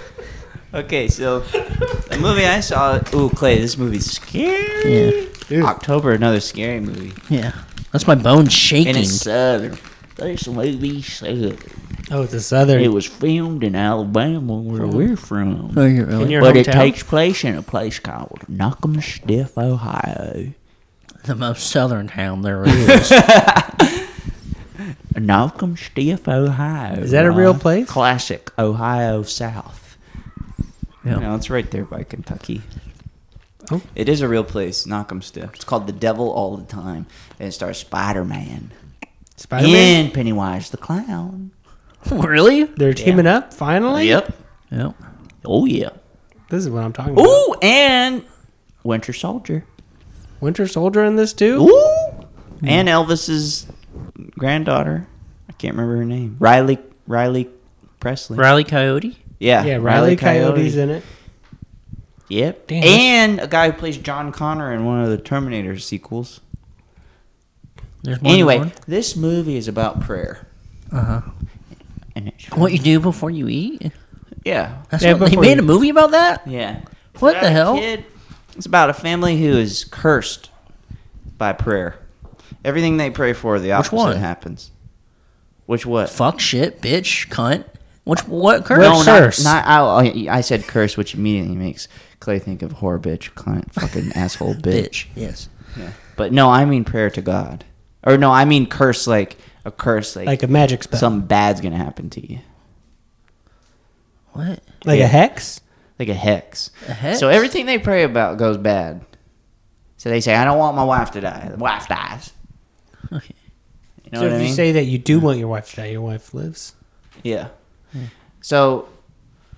Speaker 4: Okay, so the movie I saw. Ooh, Clay, this movie's scary.
Speaker 2: yeah,
Speaker 4: October, another scary movie.
Speaker 2: yeah. That's my bone shaking.
Speaker 4: And it's Southern. This movie Southern.
Speaker 3: Oh, it's a
Speaker 4: It
Speaker 3: southern.
Speaker 4: was filmed in Alabama, where we're from.
Speaker 2: Oh, you're really-
Speaker 3: In your
Speaker 4: but it
Speaker 3: hometown?
Speaker 4: takes place in a place called Knock'em Stiff, Ohio.
Speaker 2: the most southern town there is.
Speaker 4: Knock'em Stiff, Ohio. Uh,
Speaker 3: Is that a real place?
Speaker 4: Classic Ohio South.
Speaker 2: Yeah.
Speaker 4: No, it's right there by Kentucky.
Speaker 3: Oh.
Speaker 4: It is a real place, Knock'em Stiff. It's called The Devil All the Time, and it stars Spider Man
Speaker 3: Spider Man.
Speaker 4: and Pennywise the Clown.
Speaker 2: really?
Speaker 3: They're teaming up finally.
Speaker 4: Yep.
Speaker 2: Yep.
Speaker 4: Oh yeah.
Speaker 3: This is what I'm talking about.
Speaker 4: Ooh, and Winter Soldier.
Speaker 3: Winter Soldier in this too.
Speaker 4: Ooh. Mm. And Elvis's granddaughter. I can't remember her name. Riley Riley Presley.
Speaker 2: Riley Coyote.
Speaker 4: Yeah.
Speaker 3: Yeah, Riley, Coyote's
Speaker 4: Coyote.
Speaker 3: in it.
Speaker 4: Yep.
Speaker 3: Damn, that's-
Speaker 4: and a guy who plays John Connor in one of the Terminator sequels.
Speaker 2: There's more
Speaker 4: Anyway, this movie is about prayer.
Speaker 2: Uh huh.
Speaker 4: And it's
Speaker 2: What you do before you eat?
Speaker 4: yeah.
Speaker 2: That's
Speaker 3: Yeah,
Speaker 2: what, they
Speaker 3: before
Speaker 2: made
Speaker 3: you-
Speaker 2: a movie about that.
Speaker 4: Yeah. It's
Speaker 2: What the
Speaker 4: about a
Speaker 2: hell?
Speaker 4: kid- it's about a family who is cursed by prayer. Everything they pray for, the opposite
Speaker 2: one?
Speaker 4: happens. Which what?
Speaker 2: Fuck shit, bitch, cunt. Which what curse?
Speaker 4: No,
Speaker 3: curse.
Speaker 4: not, not I, I said curse, which immediately makes Clay think of whore, bitch, client, fucking asshole,
Speaker 2: bitch.
Speaker 4: bitch.
Speaker 2: Yes.
Speaker 4: But no, I mean prayer to God, or no, I mean curse like a curse like,
Speaker 3: Like a magic spell.
Speaker 4: something bad's gonna happen to you,
Speaker 2: What?
Speaker 3: like
Speaker 4: Yeah.
Speaker 3: a hex.
Speaker 4: like a hex.
Speaker 2: A hex?
Speaker 4: So everything they pray about goes bad. So they say, I don't want my wife to die. The wife dies.
Speaker 2: Okay.
Speaker 4: You know
Speaker 3: so
Speaker 4: what
Speaker 3: if
Speaker 4: I mean? Mm.
Speaker 3: you say that you do want your wife to die, your wife lives.
Speaker 4: Yeah.
Speaker 2: Hmm.
Speaker 4: So,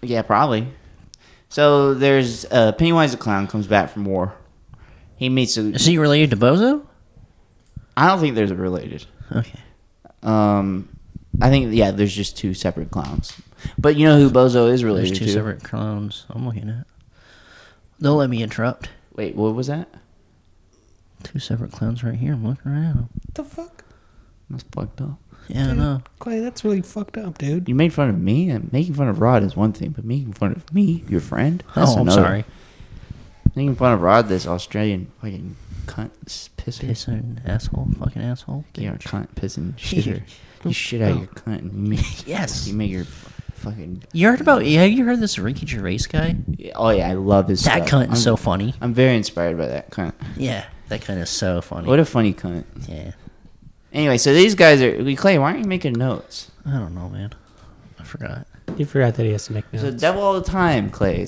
Speaker 4: yeah, probably. So there's uh, Pennywise the clown comes back from war. He meets a.
Speaker 2: Is he related to Bozo?
Speaker 4: I don't think there's a related.
Speaker 2: Okay.
Speaker 4: Um, I think yeah, there's just two separate clowns. But you know who Bozo is
Speaker 2: There's
Speaker 4: related
Speaker 2: two
Speaker 4: to?
Speaker 2: separate clones. I'm looking at. Don't let me interrupt.
Speaker 4: Wait, what was that?
Speaker 2: Two separate clones right here. I'm looking right at 'em.
Speaker 3: What the fuck,
Speaker 4: That's fucked up.
Speaker 2: Yeah, I know.
Speaker 3: Clay? That's really fucked up, dude.
Speaker 4: You made fun of me. and Making fun of Rod is one thing, but making fun of me, your friend. that's
Speaker 2: Oh, I'm
Speaker 4: another.
Speaker 2: sorry.
Speaker 4: Making fun of Rod, this Australian fucking cunt s- pisser.
Speaker 2: Pissing asshole, fucking asshole.
Speaker 4: You know, cunt pissing shitter. you shit out your cunt. And you make,
Speaker 2: Yes.
Speaker 4: You make your fucking.
Speaker 2: You heard about? Have you heard this Ricky Gervais guy?
Speaker 4: Oh yeah, I love his.
Speaker 2: That
Speaker 4: stuff.
Speaker 2: cunt is so
Speaker 4: I'm-
Speaker 2: funny.
Speaker 4: I'm very inspired by that cunt.
Speaker 2: Yeah, that cunt is so funny.
Speaker 4: What a funny cunt.
Speaker 2: yeah,
Speaker 4: Anyway, so these guys are. Clay, why aren't you making notes?
Speaker 2: I don't know, man. I forgot.
Speaker 3: You forgot that he has to make
Speaker 4: The
Speaker 3: notes.
Speaker 4: devil all the time, Clay.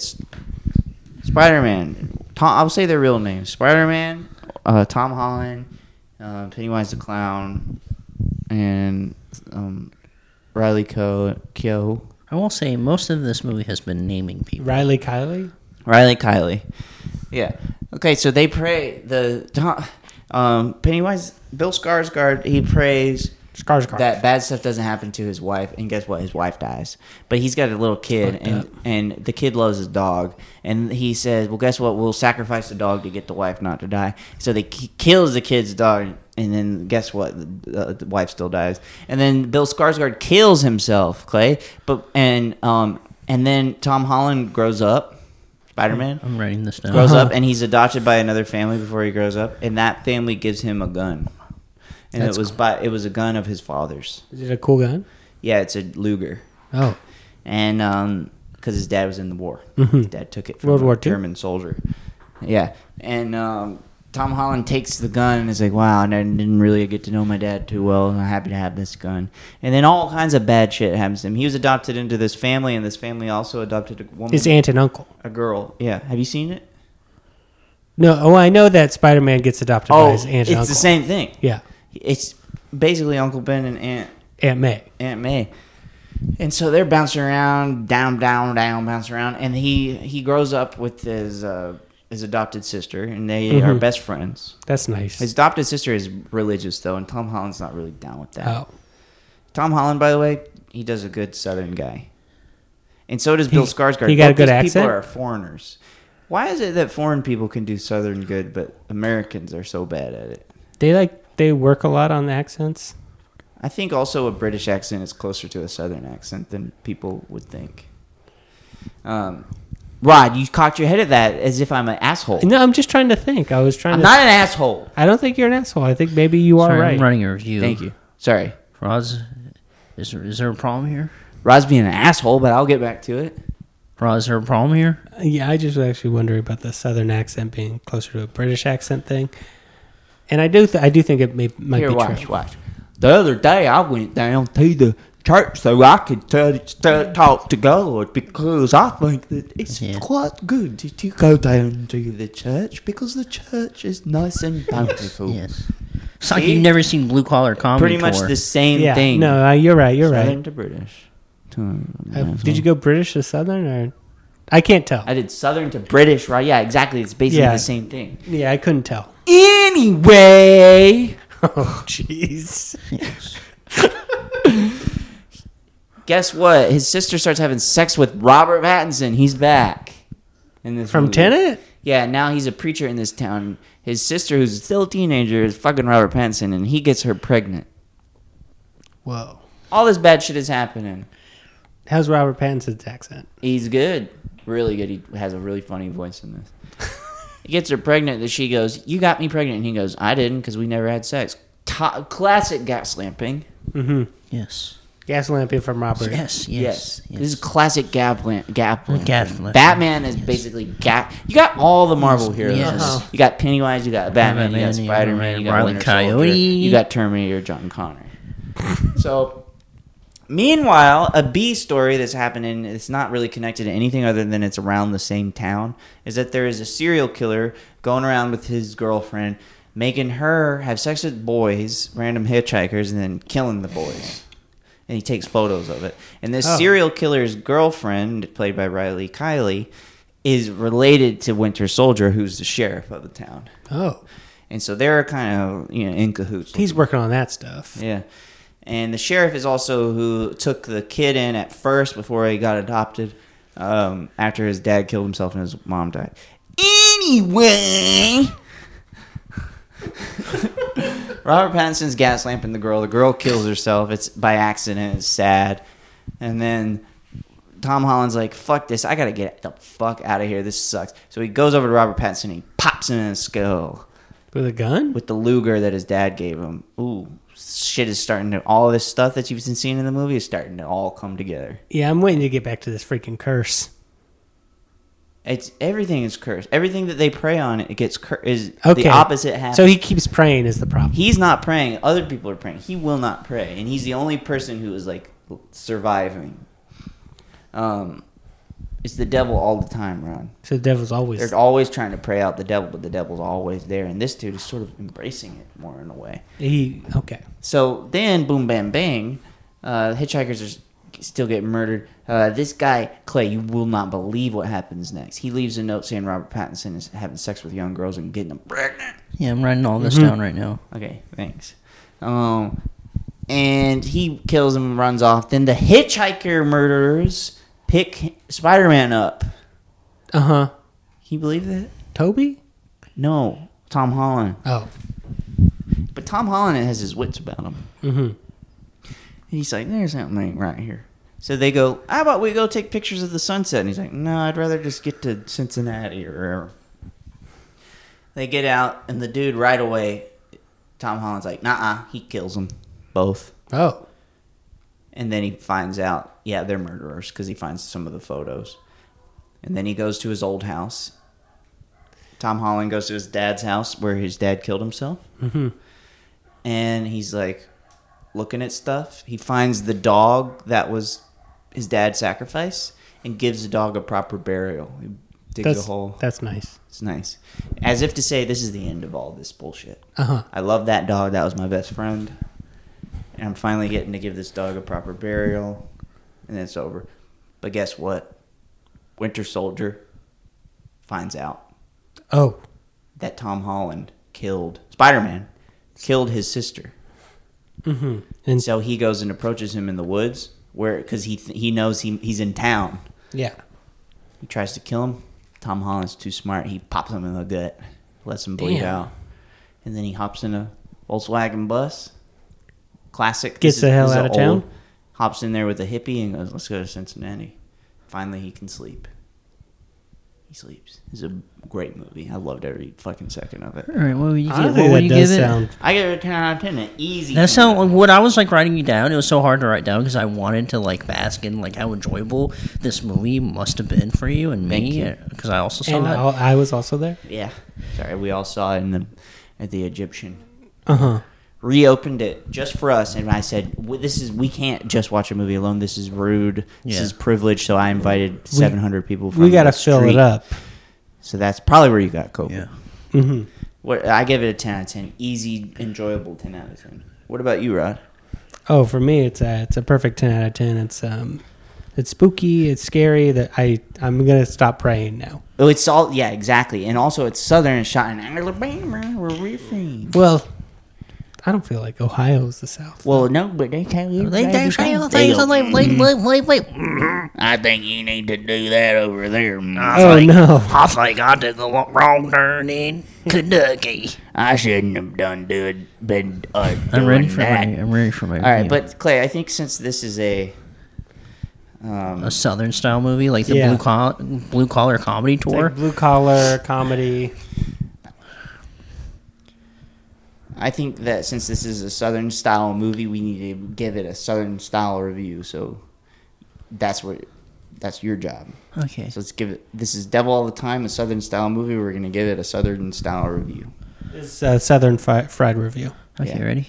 Speaker 4: Spider Man. I'll say their real names: Spider Man, uh, Tom Holland, uh, Pennywise the Clown, and um, Riley Co. Kyo.
Speaker 2: I will say most of this movie has been naming people.
Speaker 3: Riley Kiley.
Speaker 4: Riley Kiley. Yeah. Okay, so they pray the um, Pennywise Bill Skarsgård he prays
Speaker 3: Skarsgård.
Speaker 4: that bad stuff doesn't happen to his wife and guess what his wife dies. But he's got a little kid
Speaker 3: Fucked
Speaker 4: and
Speaker 3: up.
Speaker 4: and the kid loves his dog and he says, "Well, guess what? We'll sacrifice the dog to get the wife not to die." So they k- kills the kid's dog and then guess what? The, the wife still dies. And then Bill Skarsgård kills himself, Clay. But and um and then Tom Holland grows up. Spider-Man
Speaker 2: I'm writing this
Speaker 3: Uh-huh.
Speaker 2: down.
Speaker 4: grows up and he's adopted by another family before he grows up and that family gives him a gun and
Speaker 2: That's
Speaker 4: it was by it was a gun of his father's
Speaker 3: Is it a cool gun?
Speaker 4: yeah it's a luger
Speaker 3: Oh,
Speaker 4: and um because his dad was in the war his dad took it from
Speaker 3: Mm-hmm. World
Speaker 4: a
Speaker 3: War II?
Speaker 4: german soldier yeah and um Tom Holland takes the gun and is like, "Wow, I didn't really get to know my dad too well. and I'm happy to have this gun." And then all kinds of bad shit happens to him. He was adopted into this family, and this family also adopted a woman,
Speaker 3: his aunt and uncle.
Speaker 4: a girl. Yeah, have you seen it?
Speaker 3: No, oh, I know that Spider Man gets adopted by
Speaker 4: Oh,
Speaker 3: his aunt and
Speaker 4: it's
Speaker 3: uncle.
Speaker 4: the same thing.
Speaker 3: Yeah,
Speaker 4: it's basically Uncle Ben and Aunt
Speaker 3: Aunt May.
Speaker 4: Aunt May. And so they're bouncing around, down, down, down, bouncing around, and he he grows up with his uh, his adopted sister, and they
Speaker 3: Mm-hmm.
Speaker 4: are best friends.
Speaker 3: That's nice.
Speaker 4: His adopted sister is religious though, and Tom Holland's not really down with that.
Speaker 3: oh,
Speaker 4: Tom Holland, by the way, he does a good Southern guy, and so does Bill
Speaker 3: He-
Speaker 4: Skarsgård.
Speaker 3: he got a
Speaker 4: Both
Speaker 3: good
Speaker 4: these
Speaker 3: accent?
Speaker 4: People are foreigners. Why is it that foreign people can do Southern good, but Americans are so bad at it?
Speaker 3: they like they work a lot on the accents.
Speaker 4: I think also a British accent is closer to a Southern accent than people would think. Um, Rod, you cocked your head at that as if I'm an asshole.
Speaker 3: No, I'm just trying to think. I was trying
Speaker 4: I'm
Speaker 3: to.
Speaker 4: not an asshole.
Speaker 3: I don't think you're an asshole. I think maybe you are
Speaker 2: Sorry,
Speaker 3: right.
Speaker 2: I'm writing a review.
Speaker 4: Thank you. Sorry.
Speaker 2: Roz, is there, is there a problem here?
Speaker 4: Rod's being an asshole, but I'll get back to it.
Speaker 2: Roz, is there a problem here?
Speaker 3: Yeah, I just was actually wondering about the southern accent being closer to a British accent thing. And I do, th- I do think it may might
Speaker 4: Here,
Speaker 3: be
Speaker 4: watch,
Speaker 3: true.
Speaker 4: watch. The other day, I went down to the church so I could t- t- talk to God because I think that it's
Speaker 2: Yeah.
Speaker 4: quite good to go down to the church because the church is nice and bountiful.
Speaker 2: Yes. It's like
Speaker 4: See?
Speaker 2: you've never seen Blue Collar Comedy
Speaker 4: Pretty much
Speaker 2: Tour.
Speaker 4: the same
Speaker 3: Yeah,
Speaker 4: thing.
Speaker 3: no, uh, you're right. You're
Speaker 4: Southern
Speaker 3: right.
Speaker 4: to British.
Speaker 3: Uh, did you go British to southern or? I can't tell.
Speaker 4: I did Southern to British, right? Yeah, exactly. It's basically
Speaker 3: Yeah.
Speaker 4: the same thing.
Speaker 3: yeah, I couldn't tell.
Speaker 4: Anyway,
Speaker 3: Oh, jeez.
Speaker 4: guess what? His sister starts having sex with Robert Pattinson. He's back. In this
Speaker 3: From
Speaker 4: movie.
Speaker 3: Tenet?
Speaker 4: Yeah, now he's a preacher in this town. His sister, who's still a teenager, is fucking Robert Pattinson, and he gets her pregnant.
Speaker 3: Whoa.
Speaker 4: All this bad shit is happening.
Speaker 3: How's Robert Pattinson's accent?
Speaker 4: He's good. Really good. He has a really funny voice in this. he gets her pregnant, and she goes, You got me pregnant. And he goes, I didn't because we never had sex. To- classic gas slamping.
Speaker 3: Mm-hmm.
Speaker 2: Yes.
Speaker 3: Gas lamping from Robert.
Speaker 2: Yes, yes,
Speaker 4: Yes.
Speaker 2: yes.
Speaker 4: This is classic gap lamp. Gap lamp.
Speaker 2: Gap lamp.
Speaker 4: Batman is basically gap. You got all the Marvel heroes.
Speaker 2: Yes. Uh-huh.
Speaker 4: You got Pennywise, you got Batman, you got
Speaker 2: Batman, you got
Speaker 4: Spider Man, you got
Speaker 2: Riley
Speaker 4: Winter Soldier,
Speaker 2: Coyote.
Speaker 4: you got Terminator, John Connor. so, meanwhile, a B story that's happening, it's not really connected to anything other than it's around the same town, is that there is a serial killer going around with his girlfriend, making her have sex with boys, random hitchhikers, and then killing the boys and he takes photos of it. And this
Speaker 3: Oh.
Speaker 4: serial killer's girlfriend, played by Riley Kiley, is related to Winter Soldier, who's the sheriff of the town.
Speaker 3: Oh,
Speaker 4: And so they're kind of you know in cahoots.
Speaker 3: he's working on that stuff.
Speaker 4: yeah. And the sheriff is also who took the kid in at first before he got adopted, um, after his dad killed himself and his mom died. Anyway, Robert Pattinson's gas lamp and the girl. The girl kills herself. It's by accident. It's sad. And then Tom Holland's like, "Fuck this! I gotta get the fuck out of here. This sucks." So he goes over to Robert Pattinson. and He pops him in the skull
Speaker 3: With a gun?
Speaker 4: with the Luger that his dad gave him. Ooh, shit is starting to all this stuff that you've been seeing in the movie is starting to all come together.
Speaker 3: Yeah, I'm waiting to get back to this freaking curse.
Speaker 4: It's everything is cursed. Everything that they prey on, it gets cur- is
Speaker 3: Okay.
Speaker 4: the opposite happens.
Speaker 3: So he keeps praying is the problem.
Speaker 4: he's not praying. Other people are praying. He will not pray, and he's the only person who is like surviving. Um, it's the devil all the time, Ron.
Speaker 3: so the devil's always.
Speaker 4: They're always trying to pray out the devil, but the devil's always there, and this dude is sort of embracing it more in a way.
Speaker 3: He okay.
Speaker 4: So then, boom, bam, bang, uh, hitchhikers are still get murdered. Uh, this guy Clay, you will not believe what happens next. He leaves a note saying Robert Pattinson is having sex with young girls and getting them pregnant.
Speaker 2: Yeah, I'm writing all
Speaker 4: Mm-hmm.
Speaker 2: this down right now.
Speaker 4: Okay, thanks. Um, and he kills him and runs off. Then the hitchhiker murderers pick Spider Man up. Can
Speaker 3: Uh huh.
Speaker 4: you believe that?
Speaker 3: Toby?
Speaker 4: No, Tom Holland.
Speaker 3: Oh.
Speaker 4: But Tom Holland has his wits about him. Mm-hmm. He's like, there's something right here. So they go, how about we go take pictures of the sunset? And he's like, no, I'd rather just get to Cincinnati or wherever. They get out, and the dude right away, Tom Holland's like, nah, he kills them both.
Speaker 3: Oh.
Speaker 4: And then he finds out, yeah, they're murderers because he finds some of the photos. And then he goes to his old house. Tom Holland goes to his dad's house where his dad killed himself. And he's like looking at stuff. He finds the dog that was his dad's sacrifice and gives the dog a proper burial. He digs
Speaker 3: That's,
Speaker 4: a hole.
Speaker 3: that's nice.
Speaker 4: It's nice. As if to say, this is the end of all this bullshit.
Speaker 3: Uh huh.
Speaker 4: I love that dog. That was my best friend. And I'm finally getting to give this dog a proper burial. And then it's over. But guess what? Winter Soldier finds out
Speaker 3: Oh.
Speaker 4: that Tom Holland killed Spider Man, killed his sister.
Speaker 3: Mm-hmm. And so,
Speaker 4: So he goes and approaches him in the woods where, because he, th- he knows he, he's in town.
Speaker 3: yeah.
Speaker 4: He tries to kill him. Tom Holland's too smart. He pops him in the gut, lets him bleed
Speaker 3: Damn.
Speaker 4: out, and then he hops in a Volkswagen bus. Classic.
Speaker 3: Gets
Speaker 4: This
Speaker 3: the hell
Speaker 4: this
Speaker 3: out of
Speaker 4: a
Speaker 3: town?
Speaker 4: Hops in there with a hippie and goes, "Let's go to Cincinnati." Finally, he can sleep. He sleeps. It's a great movie. I loved every fucking second of it.
Speaker 2: All right, what would you, give,
Speaker 3: Honestly,
Speaker 2: what would
Speaker 3: that
Speaker 2: you give
Speaker 3: does
Speaker 2: it?
Speaker 3: sound.
Speaker 4: I give it a ten out of ten. An easy.
Speaker 2: That's
Speaker 4: 10 out
Speaker 2: how
Speaker 4: of 10.
Speaker 2: what I was like writing you down. It was so hard to write down because I wanted to like bask in like how enjoyable this movie must have been for you and
Speaker 4: Thank
Speaker 2: me
Speaker 4: you.
Speaker 2: because I also saw
Speaker 3: And
Speaker 2: it.
Speaker 3: oh, I, I was also there.
Speaker 4: Yeah. Sorry, we all saw it in the at the Egyptian.
Speaker 3: Uh
Speaker 2: Uh-huh.
Speaker 3: huh.
Speaker 4: reopened it just for us and i said "W- this is we can't just watch a movie alone this is rude this
Speaker 2: Yeah.
Speaker 4: is privileged so i invited 700 people from
Speaker 3: We got to
Speaker 4: the
Speaker 3: fill it
Speaker 4: street.
Speaker 3: up.
Speaker 4: so that's probably where you got covid
Speaker 2: Yeah.
Speaker 3: Mm-hmm.
Speaker 4: what, i give it a 10 out of 10 easy enjoyable 10 out of 10 what about you rod
Speaker 3: Oh, for me, it's a it's a perfect ten out of ten. It's um, it's spooky. It's scary. That I I'm gonna stop praying now.
Speaker 4: oh it's all yeah exactly and also it's southern and shot in alabama where we're from
Speaker 3: Well, I don't feel like Ohio's the South.
Speaker 4: well no but they tell you
Speaker 2: They they say all
Speaker 4: They
Speaker 2: things
Speaker 4: go,
Speaker 2: like
Speaker 3: Mm-hmm.
Speaker 2: like like like like.
Speaker 6: I think you need to do that over there.
Speaker 3: Oh no!
Speaker 6: I think I took a wa- wrong turn in Kentucky. I shouldn't have done do it, been uh,
Speaker 2: Ah. I'm ready
Speaker 6: doing
Speaker 2: for my.
Speaker 6: that.
Speaker 2: I'm ready for my.
Speaker 4: all right but clay i think since this is a um,
Speaker 2: a southern style movie like the
Speaker 3: Yeah.
Speaker 2: blue collar blue collar comedy tour.
Speaker 3: Like blue collar comedy.
Speaker 4: I think that since this is a Southern style movie, we need to give it a Southern style review. So that's what that's your job.
Speaker 2: okay.
Speaker 4: So let's give it. This is Devil All the Time, a Southern style movie. We're gonna give it a Southern style review.
Speaker 3: This uh, Southern fri- Fried review.
Speaker 2: Okay,
Speaker 4: Yeah.
Speaker 2: ready?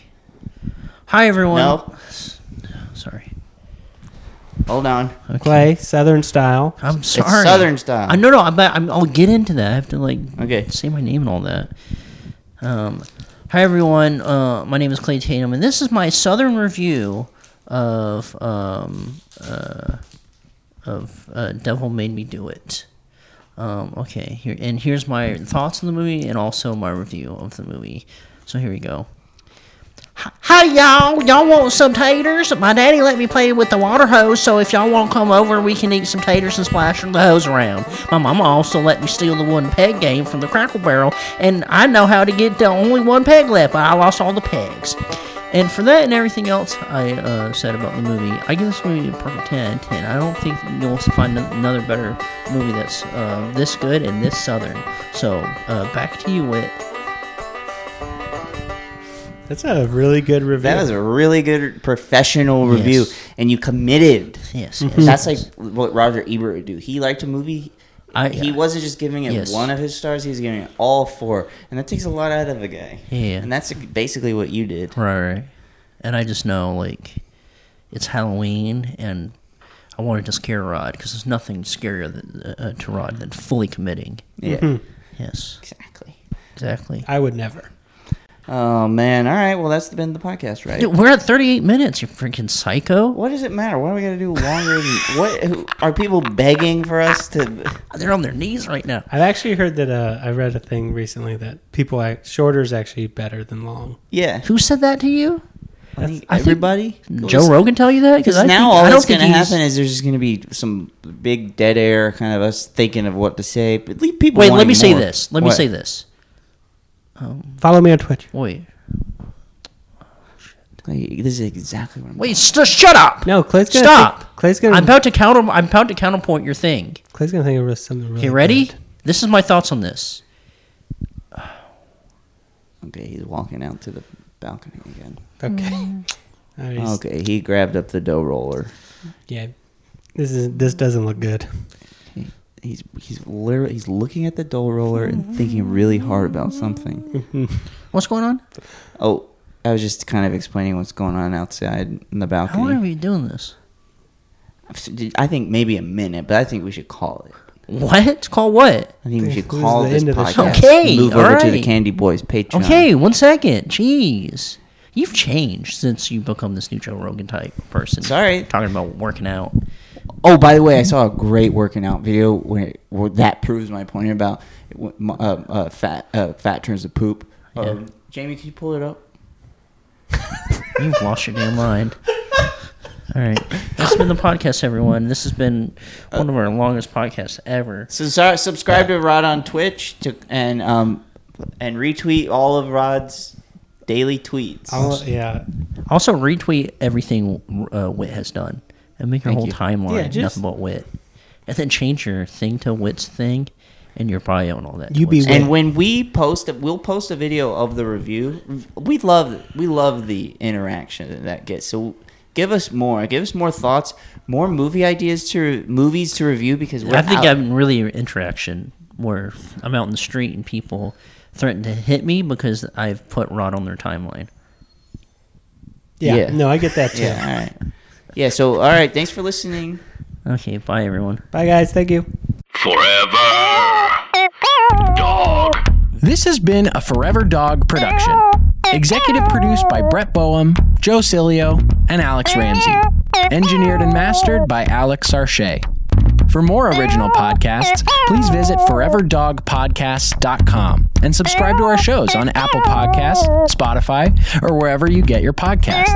Speaker 2: Hi everyone.
Speaker 4: No,
Speaker 2: Sorry.
Speaker 4: hold on.
Speaker 3: Clay Southern style.
Speaker 2: I'm sorry.
Speaker 4: Southern style.
Speaker 2: I no no, but I'm, I'll get into that. I have to like
Speaker 4: Okay.
Speaker 2: say my name and all that. Um, hi everyone. Uh, my name is Clay Tatum, and this is my Southern review of um, uh, of uh, Devil Made Me Do It. Um, okay, here and here's my thoughts on the movie and also my review of the movie. So here we go. Hi y'all, y'all want some taters? My daddy let me play with the water hose, so if y'all want to come over, we can eat some taters and splash the hose around. My mama also let me steal the one peg game from the Crackle Barrel, and I know how to get the only one peg left. but I lost all the pegs. And for that and everything else I uh, said about the movie, I give this movie a perfect 10 out of 10. I don't think you'll find another better movie that's uh, this good and this southern. So uh, back to you, Whit.
Speaker 3: That's a really good review.
Speaker 4: That was a really good professional review,
Speaker 2: Yes. Hmm.
Speaker 4: and you committed.
Speaker 2: Yes.
Speaker 4: Mm-hmm. That's like what Roger Ebert would do. He liked a movie.
Speaker 2: I-
Speaker 4: he wasn't just giving it
Speaker 2: Yes.
Speaker 4: one of his stars; he was giving it all four, and that takes a lot out of a guy.
Speaker 2: Yeah.
Speaker 4: and that's basically what you did.
Speaker 2: Right, right. And I just know, like, it's Halloween, and I wanted to scare Rod because there's nothing scarier than, uh, to Rod than fully committing.
Speaker 4: Yeah,
Speaker 2: Yes,
Speaker 4: exactly.
Speaker 2: exactly.
Speaker 3: I would never.
Speaker 4: Oh man! All right. Well, that's been the podcast, right?
Speaker 2: Dude, we're at 38 minutes, you freaking psycho.
Speaker 4: What does it matter? Why do we got to do longer? Than, what who, are people begging for us to?
Speaker 2: They're on their knees right now.
Speaker 3: I've actually heard that uh, I read a thing recently that people act shorter is actually better than long.
Speaker 4: Yeah,
Speaker 2: Who said that to you?
Speaker 4: I think
Speaker 2: I think-
Speaker 4: everybody.
Speaker 2: Joe Rogan tell you that?
Speaker 4: Because
Speaker 2: I
Speaker 4: now
Speaker 2: think-
Speaker 4: all
Speaker 2: I don't
Speaker 4: that's
Speaker 2: think
Speaker 4: going to
Speaker 2: he's-
Speaker 4: happen is there's just going to be some big dead air, kind of us thinking of what to say. But leave people.
Speaker 2: Wait, let
Speaker 4: wanting
Speaker 2: me say
Speaker 4: more.
Speaker 2: this. Let me
Speaker 4: What?
Speaker 2: say this.
Speaker 3: Follow me on Twitch.
Speaker 2: Wait.
Speaker 4: Like, this is exactly what I'm.
Speaker 2: Wait, st- shut up.
Speaker 3: No, Clay's gonna
Speaker 2: Stop.
Speaker 3: Think, Clay's gonna.
Speaker 2: I'm about to counter I'm about to counterpoint your thing.
Speaker 3: Clay's gonna think of something. Really
Speaker 2: Okay, ready?
Speaker 3: good.
Speaker 2: This is my thoughts on this.
Speaker 4: Okay, he's walking out to the balcony again.
Speaker 3: Okay. All right, he's-
Speaker 4: Mm-hmm. Okay, he grabbed up the dough roller.
Speaker 3: Yeah. This is this doesn't look good.
Speaker 4: He- He's he's literally he's looking at the dough roller and thinking really hard about
Speaker 3: Mm-hmm.
Speaker 4: something.
Speaker 2: What's going on?
Speaker 4: Oh, I was just kind of explaining what's going on outside in the
Speaker 2: How
Speaker 3: Oh,
Speaker 2: long are
Speaker 4: balcony.
Speaker 2: we doing this?
Speaker 4: I think maybe a minute, but I think we should call it.
Speaker 2: What? Call what?
Speaker 4: I think we should
Speaker 3: This is
Speaker 4: call
Speaker 3: the
Speaker 4: this
Speaker 3: end of the show.
Speaker 4: podcast.
Speaker 2: Okay,
Speaker 4: move over to the
Speaker 2: alright.
Speaker 4: Candy Boys Patreon.
Speaker 2: Okay, one second. Jeez. You've changed since you become this new Joe Rogan type person.
Speaker 4: Sorry.
Speaker 2: Talking about working out.
Speaker 4: Oh, by the way, I saw a great working out video where, where that proves my point about uh, uh, fat uh, fat turns to poop. Um, Jamie, can you pull it up?
Speaker 2: You've lost your damn mind. All right. That's been the podcast, everyone. This has been one of our longest podcasts ever.
Speaker 4: So sorry, subscribe to Rod on Twitch to, and um and retweet all of Rod's daily tweets.
Speaker 3: I'll, yeah.
Speaker 2: Also, retweet everything uh, Wit has done and make your whole
Speaker 4: you.
Speaker 2: timeline
Speaker 4: Yeah, just-
Speaker 2: nothing but Wit. And then change your thing to Wit's thing and your bio and all that. to
Speaker 3: You be
Speaker 2: Wit's-
Speaker 3: Wit.
Speaker 4: and when we post, we'll post a video of the review. We love we love the interaction that that gets. So give us more. Give us more thoughts, more movie ideas to movies to review because we're
Speaker 2: I think
Speaker 4: out.
Speaker 2: I'm really interaction where I'm out in the street and people threaten to hit me because I've put Rod on their timeline.
Speaker 3: yeah.
Speaker 4: Yeah.
Speaker 3: No, I get that too.
Speaker 4: yeah. All right. Yeah. So all right. Thanks for listening.
Speaker 2: Okay, bye everyone.
Speaker 3: Bye guys, thank you.
Speaker 7: Forever Dog.
Speaker 8: This has been a Forever Dog production. Executive produced by Brett Boehm, Joe Cilio, and Alex Ramsey. Engineered and mastered by Alex Sarche. For more original podcasts, please visit foreverdogpodcasts.com and subscribe to our shows on Apple Podcasts, Spotify, or wherever you get your podcasts.